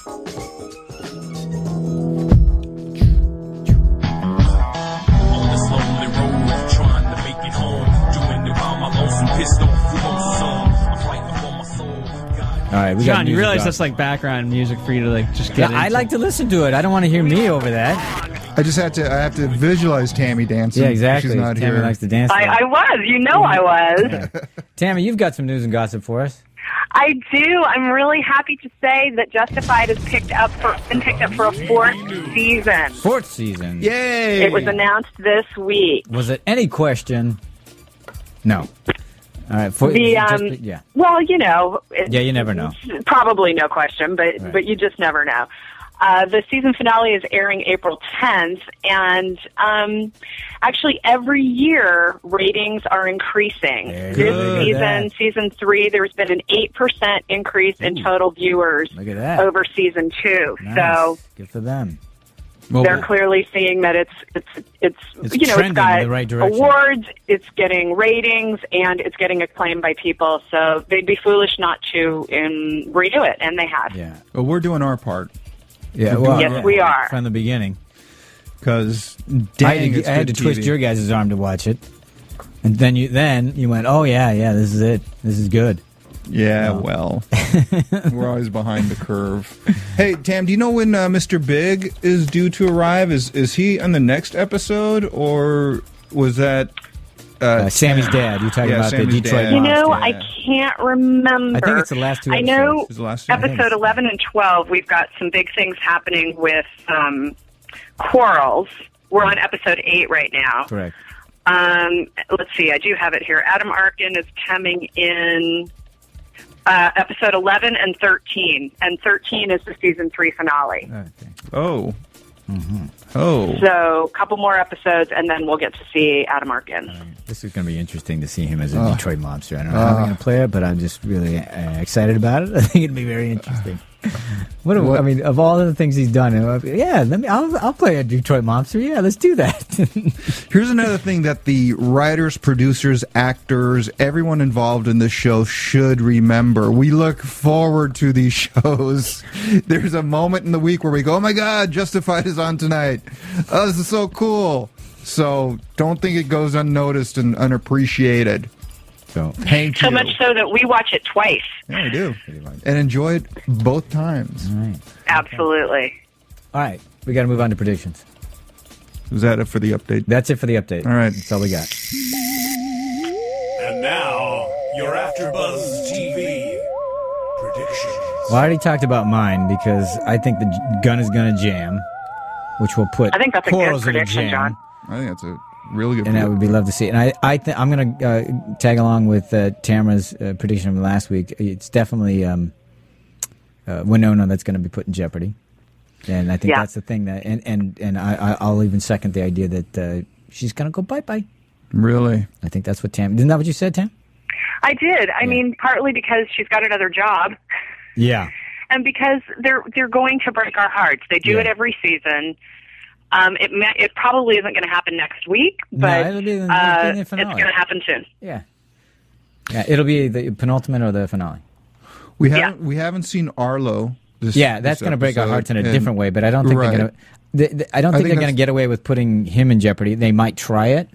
[SPEAKER 7] this lonely road, trying to make it home. Doing it while my lonesome pissed off, who wants a song? I'm fighting for my soul. God.
[SPEAKER 2] All right, we got
[SPEAKER 4] John, you
[SPEAKER 2] music
[SPEAKER 4] realize
[SPEAKER 2] on.
[SPEAKER 4] that's like background music for you to like just
[SPEAKER 2] Yeah,
[SPEAKER 4] get.
[SPEAKER 2] I
[SPEAKER 4] into.
[SPEAKER 2] like to listen to it. I don't want to hear me over that.
[SPEAKER 3] I just had to. I have to visualize Tammy dancing.
[SPEAKER 2] Yeah, exactly.
[SPEAKER 3] She's not
[SPEAKER 2] Tammy
[SPEAKER 3] here.
[SPEAKER 2] likes to dance.
[SPEAKER 5] I, I was, you know, I was.
[SPEAKER 2] Tammy, you've got some news and gossip for us.
[SPEAKER 5] I do. I'm really happy to say that Justified is picked up for been picked up for a fourth season.
[SPEAKER 2] Fourth season.
[SPEAKER 3] Yay!
[SPEAKER 5] It was announced this week.
[SPEAKER 2] Was it any question? No. All right. For,
[SPEAKER 5] The
[SPEAKER 2] just-
[SPEAKER 5] um,
[SPEAKER 2] yeah.
[SPEAKER 5] Well, you know. It,
[SPEAKER 2] Yeah, you never know.
[SPEAKER 5] Probably no question, but but you just never know. Uh, the season finale is airing April 10th, and um, actually every year ratings are increasing. This
[SPEAKER 2] go.
[SPEAKER 5] season,
[SPEAKER 2] Good.
[SPEAKER 5] season three, there's been an eight percent increase in total viewers
[SPEAKER 2] Look at that.
[SPEAKER 5] over season two.
[SPEAKER 2] Nice.
[SPEAKER 5] So
[SPEAKER 2] good for them.
[SPEAKER 8] Well,
[SPEAKER 5] they're clearly seeing that it's it's it's,
[SPEAKER 2] It's
[SPEAKER 5] you know
[SPEAKER 2] trending
[SPEAKER 5] it's
[SPEAKER 2] in
[SPEAKER 5] got
[SPEAKER 2] the right direction.
[SPEAKER 5] awards, it's getting ratings, and it's getting acclaimed by people. So they'd be foolish not to um, renew it, and they have.
[SPEAKER 2] Yeah.
[SPEAKER 3] But we're doing our part
[SPEAKER 2] Yeah.
[SPEAKER 3] We're
[SPEAKER 2] Well,
[SPEAKER 3] doing Yes,
[SPEAKER 5] we are.
[SPEAKER 2] from the beginning.
[SPEAKER 3] because
[SPEAKER 2] I had to, I had to twist your guys' arm to watch it, and then you then you went, oh yeah, yeah, this is it. This is good.
[SPEAKER 3] Yeah, well, we're always behind the curve. Hey, Tam, do you know when uh, Mr. Big is due to arrive? Is is he on the next episode, or was that?
[SPEAKER 2] Uh, Sammy's dad. You're talking
[SPEAKER 3] Yeah,
[SPEAKER 2] about
[SPEAKER 3] Sammy's
[SPEAKER 2] the Detroit.
[SPEAKER 3] dad.
[SPEAKER 5] You
[SPEAKER 3] Lost,
[SPEAKER 5] know,
[SPEAKER 3] yeah.
[SPEAKER 5] I can't remember.
[SPEAKER 2] I think it's the last two
[SPEAKER 5] I know
[SPEAKER 2] episodes.
[SPEAKER 3] It's the last two, I think.
[SPEAKER 5] episode 11 and 12, we've got some big things happening with um, Quarrels. We're on episode 8 right now.
[SPEAKER 2] Correct.
[SPEAKER 5] Um, let's see, I do have it here. Adam Arkin is coming in uh, episode 11 and 13, and 13 is the season 3 finale.
[SPEAKER 2] Okay.
[SPEAKER 3] Oh, oh,
[SPEAKER 5] So, a couple more episodes, and then we'll get to see Adam Arkin.
[SPEAKER 2] This is going to be interesting to see him as a Detroit mobster. I don't know how they're going to play it, but I'm just really uh, excited about it. I think it'll be very interesting. What, a- I mean, of all the things he's done, uh, yeah, let me. I'll, I'll play a Detroit mobster. Yeah, let's do that.
[SPEAKER 3] Here's another thing that the writers, producers, actors, everyone involved in this show should remember. We look forward to these shows. There's a moment in the week where we go, oh my God, Justified is on tonight. Oh, this is so cool. So don't think it goes unnoticed and unappreciated.
[SPEAKER 2] so,
[SPEAKER 3] Thank
[SPEAKER 5] So
[SPEAKER 3] you.
[SPEAKER 5] much so that we watch it twice.
[SPEAKER 3] Yeah, we do. And enjoy it both times.
[SPEAKER 5] Absolutely.
[SPEAKER 2] all right, we got to move on to predictions.
[SPEAKER 3] Is that it for the update?
[SPEAKER 2] That's it for the update.
[SPEAKER 3] All right.
[SPEAKER 2] that's all we got.
[SPEAKER 6] And now, your AfterBuzz TV predictions.
[SPEAKER 2] Well, I already talked about mine because I think the j- gun is going to jam, which will put
[SPEAKER 5] I think that's a good
[SPEAKER 2] corals in a
[SPEAKER 5] prediction,
[SPEAKER 2] jam.
[SPEAKER 5] John.
[SPEAKER 3] I think that's a really good
[SPEAKER 2] and I would be love to see. it. And I, I th- I'm going to uh, tag along with uh, Tamara's uh, prediction from last week. It's definitely um, uh, Winona that's going to be put in jeopardy, and I think
[SPEAKER 5] Yeah.
[SPEAKER 2] that's the thing that. And and and I, I, I'll even second the idea that uh, she's going to go bye bye.
[SPEAKER 3] Really?
[SPEAKER 2] I think that's what Tam. Isn't that what you said, Tam?
[SPEAKER 5] I did. I mean, partly because she's got another job,
[SPEAKER 2] Yeah.
[SPEAKER 5] and because they're they're going to break our hearts. They do
[SPEAKER 2] Yeah.
[SPEAKER 5] it every season. Um, it ma- it probably isn't going to happen next week, but
[SPEAKER 2] it'll be the- it'll
[SPEAKER 5] uh,
[SPEAKER 2] be the
[SPEAKER 5] it's going
[SPEAKER 2] finale.
[SPEAKER 5] to happen soon.
[SPEAKER 2] Yeah. Yeah. It'll be the penultimate or the finale.
[SPEAKER 3] We haven't we haven't seen Arlo. This,
[SPEAKER 2] Yeah, that's
[SPEAKER 3] this
[SPEAKER 2] going to break our
[SPEAKER 3] episode,
[SPEAKER 2] hearts in a
[SPEAKER 3] and-
[SPEAKER 2] different way, but I don't think
[SPEAKER 3] Right.
[SPEAKER 2] they're going to. They, they- I don't
[SPEAKER 3] I
[SPEAKER 2] think,
[SPEAKER 3] think
[SPEAKER 2] they're going
[SPEAKER 3] that's-
[SPEAKER 2] to get away with putting him in jeopardy. They might try it,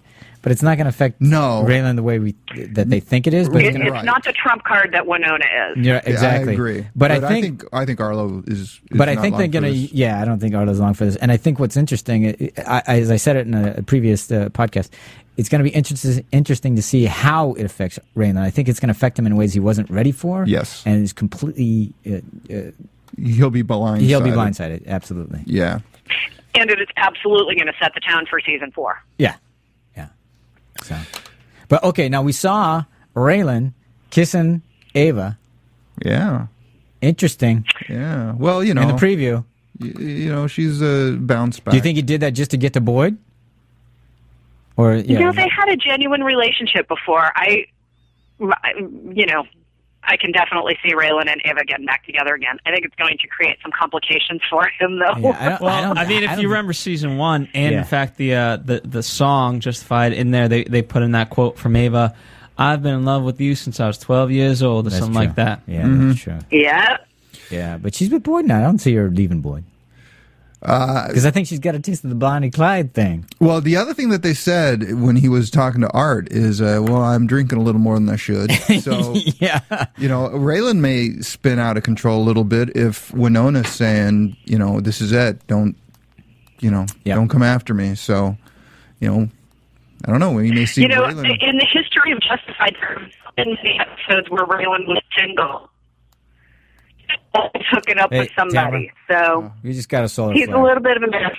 [SPEAKER 2] but it's not going to affect
[SPEAKER 3] No.
[SPEAKER 2] Raylan the way we that they think it is. But
[SPEAKER 5] It,
[SPEAKER 2] it's gonna,
[SPEAKER 5] it's
[SPEAKER 3] Right.
[SPEAKER 5] not the trump card that Winona is.
[SPEAKER 2] yeah,
[SPEAKER 3] Yeah,
[SPEAKER 2] exactly.
[SPEAKER 3] I agree.
[SPEAKER 2] But, I think.
[SPEAKER 3] I think Arlo is. is
[SPEAKER 2] but I
[SPEAKER 3] not
[SPEAKER 2] think
[SPEAKER 3] long
[SPEAKER 2] they're
[SPEAKER 3] for
[SPEAKER 2] going to.
[SPEAKER 3] this.
[SPEAKER 2] Yeah, I don't think Arlo's long for this. And I think what's interesting, I, I, as I said it in a previous uh, podcast, it's going to be interesting interesting to see how it affects Raylan. I think it's going to affect him in ways he wasn't ready for.
[SPEAKER 3] Yes.
[SPEAKER 2] and is completely. Uh, uh,
[SPEAKER 3] He'll be blindsided.
[SPEAKER 2] he'll be blindsided. Absolutely.
[SPEAKER 3] Yeah.
[SPEAKER 5] And it is absolutely going to set the town for season four.
[SPEAKER 2] Yeah. Yeah. So, but okay, now we saw Raylan kissing Ava.
[SPEAKER 3] Yeah.
[SPEAKER 2] Interesting.
[SPEAKER 3] Yeah. Well, you know,
[SPEAKER 4] Oh.
[SPEAKER 2] In the preview.
[SPEAKER 3] y- you know, she's a bounce back.
[SPEAKER 2] Do you think he did that just to get to Boyd? Or yeah,
[SPEAKER 5] No, they had a genuine relationship before. I, I- you know, I can definitely see Raylan and Ava getting back together again. I think it's going to create some complications for him, though.
[SPEAKER 2] Yeah, I don't,
[SPEAKER 4] Well,
[SPEAKER 2] I,
[SPEAKER 4] I,
[SPEAKER 2] don't,
[SPEAKER 4] mean, if
[SPEAKER 2] I don't-
[SPEAKER 4] you remember season one, and
[SPEAKER 2] Yeah.
[SPEAKER 4] in fact the, uh, the the song "Justified" in there, they they put in that quote from Ava, "I've been in love with you since I was 12 years old" or
[SPEAKER 2] That's
[SPEAKER 4] something
[SPEAKER 2] true.
[SPEAKER 4] like that. Mm-hmm.
[SPEAKER 2] Yeah, that's true.
[SPEAKER 5] yeah.
[SPEAKER 2] Yeah, but she's with Boyd now. I don't see her leaving Boyd.
[SPEAKER 4] Uh,
[SPEAKER 2] Because I think she's got a taste of the Bonnie Clyde thing.
[SPEAKER 3] Well, the other thing that they said when he was talking to Art is, uh, well, I'm drinking a little more than I should. So,
[SPEAKER 2] Yeah.
[SPEAKER 3] you know, Raylan may spin out of control a little bit if Winona's saying, you know, this is it. Don't, you know,
[SPEAKER 2] Yeah.
[SPEAKER 3] don't come after me. So, you know, I don't know. We may see
[SPEAKER 5] You know,
[SPEAKER 3] Raylan.
[SPEAKER 5] in the history of Justified, there have been many episodes where Raylan was single, Always hooking up
[SPEAKER 2] Hey,
[SPEAKER 5] with somebody. So
[SPEAKER 2] You just got a solar
[SPEAKER 5] he's
[SPEAKER 2] flare.
[SPEAKER 5] a little bit of a mess,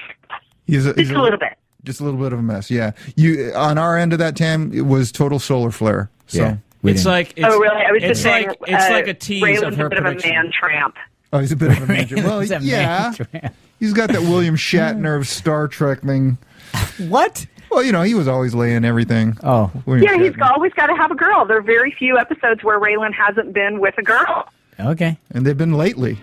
[SPEAKER 3] He's he's
[SPEAKER 5] just a little bit.
[SPEAKER 3] Just a little bit of a mess, yeah. You on our end of that, Tam, it was total solar flare. So
[SPEAKER 2] yeah. we
[SPEAKER 4] It's
[SPEAKER 2] didn't-
[SPEAKER 4] like it's,
[SPEAKER 5] oh, really? I was
[SPEAKER 4] it's
[SPEAKER 5] just
[SPEAKER 4] like
[SPEAKER 5] saying,
[SPEAKER 4] it's
[SPEAKER 5] uh,
[SPEAKER 4] like a tease
[SPEAKER 5] Raylan's
[SPEAKER 4] of her
[SPEAKER 5] a bit
[SPEAKER 4] prediction.
[SPEAKER 5] of a man tramp.
[SPEAKER 3] Oh, he's a bit of a major. Well,
[SPEAKER 2] He's a
[SPEAKER 3] yeah,
[SPEAKER 2] major.
[SPEAKER 3] he's got that William Shatner of Star Trek thing.
[SPEAKER 2] What?
[SPEAKER 3] Well, you know, he was always laying everything.
[SPEAKER 2] Oh.
[SPEAKER 3] William
[SPEAKER 5] Yeah, he's
[SPEAKER 3] Shatner.
[SPEAKER 5] always got to have a girl. There are very few episodes where Raylan hasn't been with a girl.
[SPEAKER 2] Okay.
[SPEAKER 3] and they've been lately.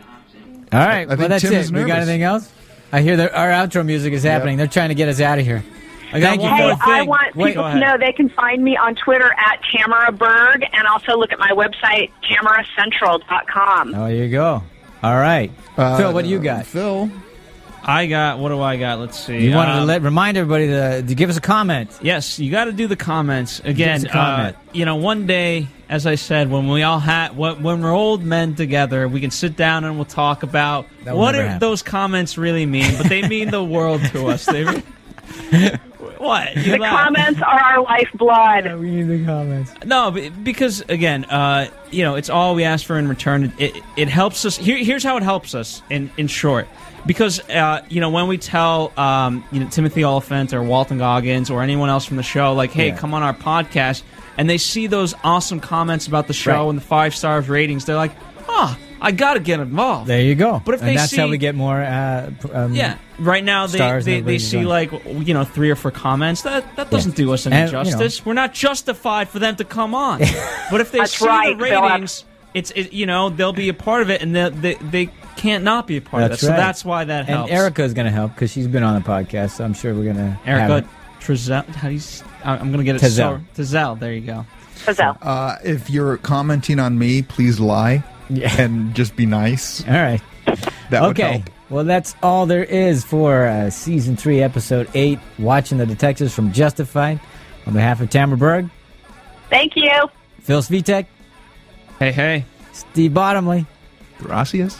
[SPEAKER 2] All right.
[SPEAKER 3] I
[SPEAKER 2] well,
[SPEAKER 3] think
[SPEAKER 2] that's
[SPEAKER 3] Tim
[SPEAKER 2] it.
[SPEAKER 3] is
[SPEAKER 2] We got
[SPEAKER 3] nervous.
[SPEAKER 2] anything else? I hear that our outro music is happening. They're trying to get us out of here. I got
[SPEAKER 4] Thank you.
[SPEAKER 2] one
[SPEAKER 5] Hey,
[SPEAKER 2] more
[SPEAKER 4] Well,
[SPEAKER 5] I
[SPEAKER 2] thing.
[SPEAKER 5] want
[SPEAKER 4] Wait,
[SPEAKER 5] people
[SPEAKER 4] go
[SPEAKER 5] to
[SPEAKER 4] ahead.
[SPEAKER 5] know they can find me on Twitter at Tamara Berg and also look at my website, tamaracentral.com.
[SPEAKER 2] Oh, there you go. All right.
[SPEAKER 3] Uh,
[SPEAKER 2] Phil, what do you got?
[SPEAKER 3] Phil,
[SPEAKER 4] I got. What do I got? Let's see.
[SPEAKER 2] You wanted to
[SPEAKER 4] Um,
[SPEAKER 2] let, remind everybody to, to give us a comment.
[SPEAKER 4] Yes, you got to do the comments again.
[SPEAKER 2] Give us a comment.
[SPEAKER 4] Uh, you know, one day, as I said, when we all had, when, when we're old men together, we can sit down and we'll talk about
[SPEAKER 2] That will
[SPEAKER 4] what
[SPEAKER 2] never
[SPEAKER 4] are
[SPEAKER 2] happen.
[SPEAKER 4] those comments really mean. But they mean the world to us. They re- what you
[SPEAKER 5] The
[SPEAKER 4] laugh.
[SPEAKER 5] comments are our lifeblood.
[SPEAKER 2] we need the comments.
[SPEAKER 4] No, be- because again, uh, you know, it's all we ask for in return. It, it, it helps us. Here, here's how it helps us. In in short, because uh, you know, when we tell um, you know Timothy Oliphant or Walton Goggins or anyone else from the show, like, hey,
[SPEAKER 2] Yeah.
[SPEAKER 4] come on our podcast, and they see those awesome comments about the show
[SPEAKER 2] Right.
[SPEAKER 4] and the five stars ratings, they're like, oh, I got to get involved.
[SPEAKER 2] There you go.
[SPEAKER 4] But if
[SPEAKER 2] and
[SPEAKER 4] they
[SPEAKER 2] that's how
[SPEAKER 4] see-
[SPEAKER 2] we get more. Uh, p- um,
[SPEAKER 4] yeah, Mm-hmm. right now they,
[SPEAKER 2] Stars
[SPEAKER 4] they,
[SPEAKER 2] and
[SPEAKER 4] they
[SPEAKER 2] ratings
[SPEAKER 4] see
[SPEAKER 2] on.
[SPEAKER 4] like you know three or four comments that that doesn't do us any
[SPEAKER 2] And, you know.
[SPEAKER 4] justice. We're not justified for them to come on, but if they
[SPEAKER 5] That's
[SPEAKER 4] see
[SPEAKER 5] right,
[SPEAKER 4] the
[SPEAKER 5] Bill.
[SPEAKER 4] ratings, it's it, you know they'll be a part of it, and they they, they can't not be a part
[SPEAKER 2] That's
[SPEAKER 4] of it.
[SPEAKER 2] right.
[SPEAKER 4] So that's why that
[SPEAKER 2] And
[SPEAKER 4] helps.
[SPEAKER 2] Erica's going to help because she's been on the podcast, so I'm sure we're going to.
[SPEAKER 4] Erica Trizel, how do you? s- I- I'm gonna get it.
[SPEAKER 2] Trizelle.
[SPEAKER 4] so- Trizelle, There you go.
[SPEAKER 5] Gazelle.
[SPEAKER 3] uh, if you're commenting on me, please lie
[SPEAKER 2] Yeah.
[SPEAKER 3] and just be nice.
[SPEAKER 2] All right.
[SPEAKER 3] That would
[SPEAKER 2] okay.
[SPEAKER 3] help.
[SPEAKER 2] Well, that's all there is for uh, season three, episode eight. Watching the detectives from Justified. On behalf of Tamara Berg,
[SPEAKER 5] Thank you.
[SPEAKER 2] Phil Svitek,
[SPEAKER 4] Hey hey.
[SPEAKER 2] Steve Bottomley,
[SPEAKER 3] Gracias.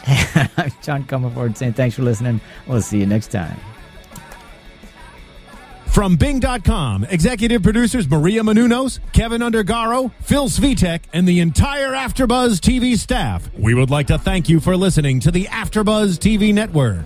[SPEAKER 2] I'm John Comerford saying thanks for listening. We'll see you next time.
[SPEAKER 1] From Bing.com, executive producers Maria Manunos, Kevin Undergaro, Phil Svitek, and the entire Afterbuzz TV staff. We would like to thank you for listening to the Afterbuzz TV network.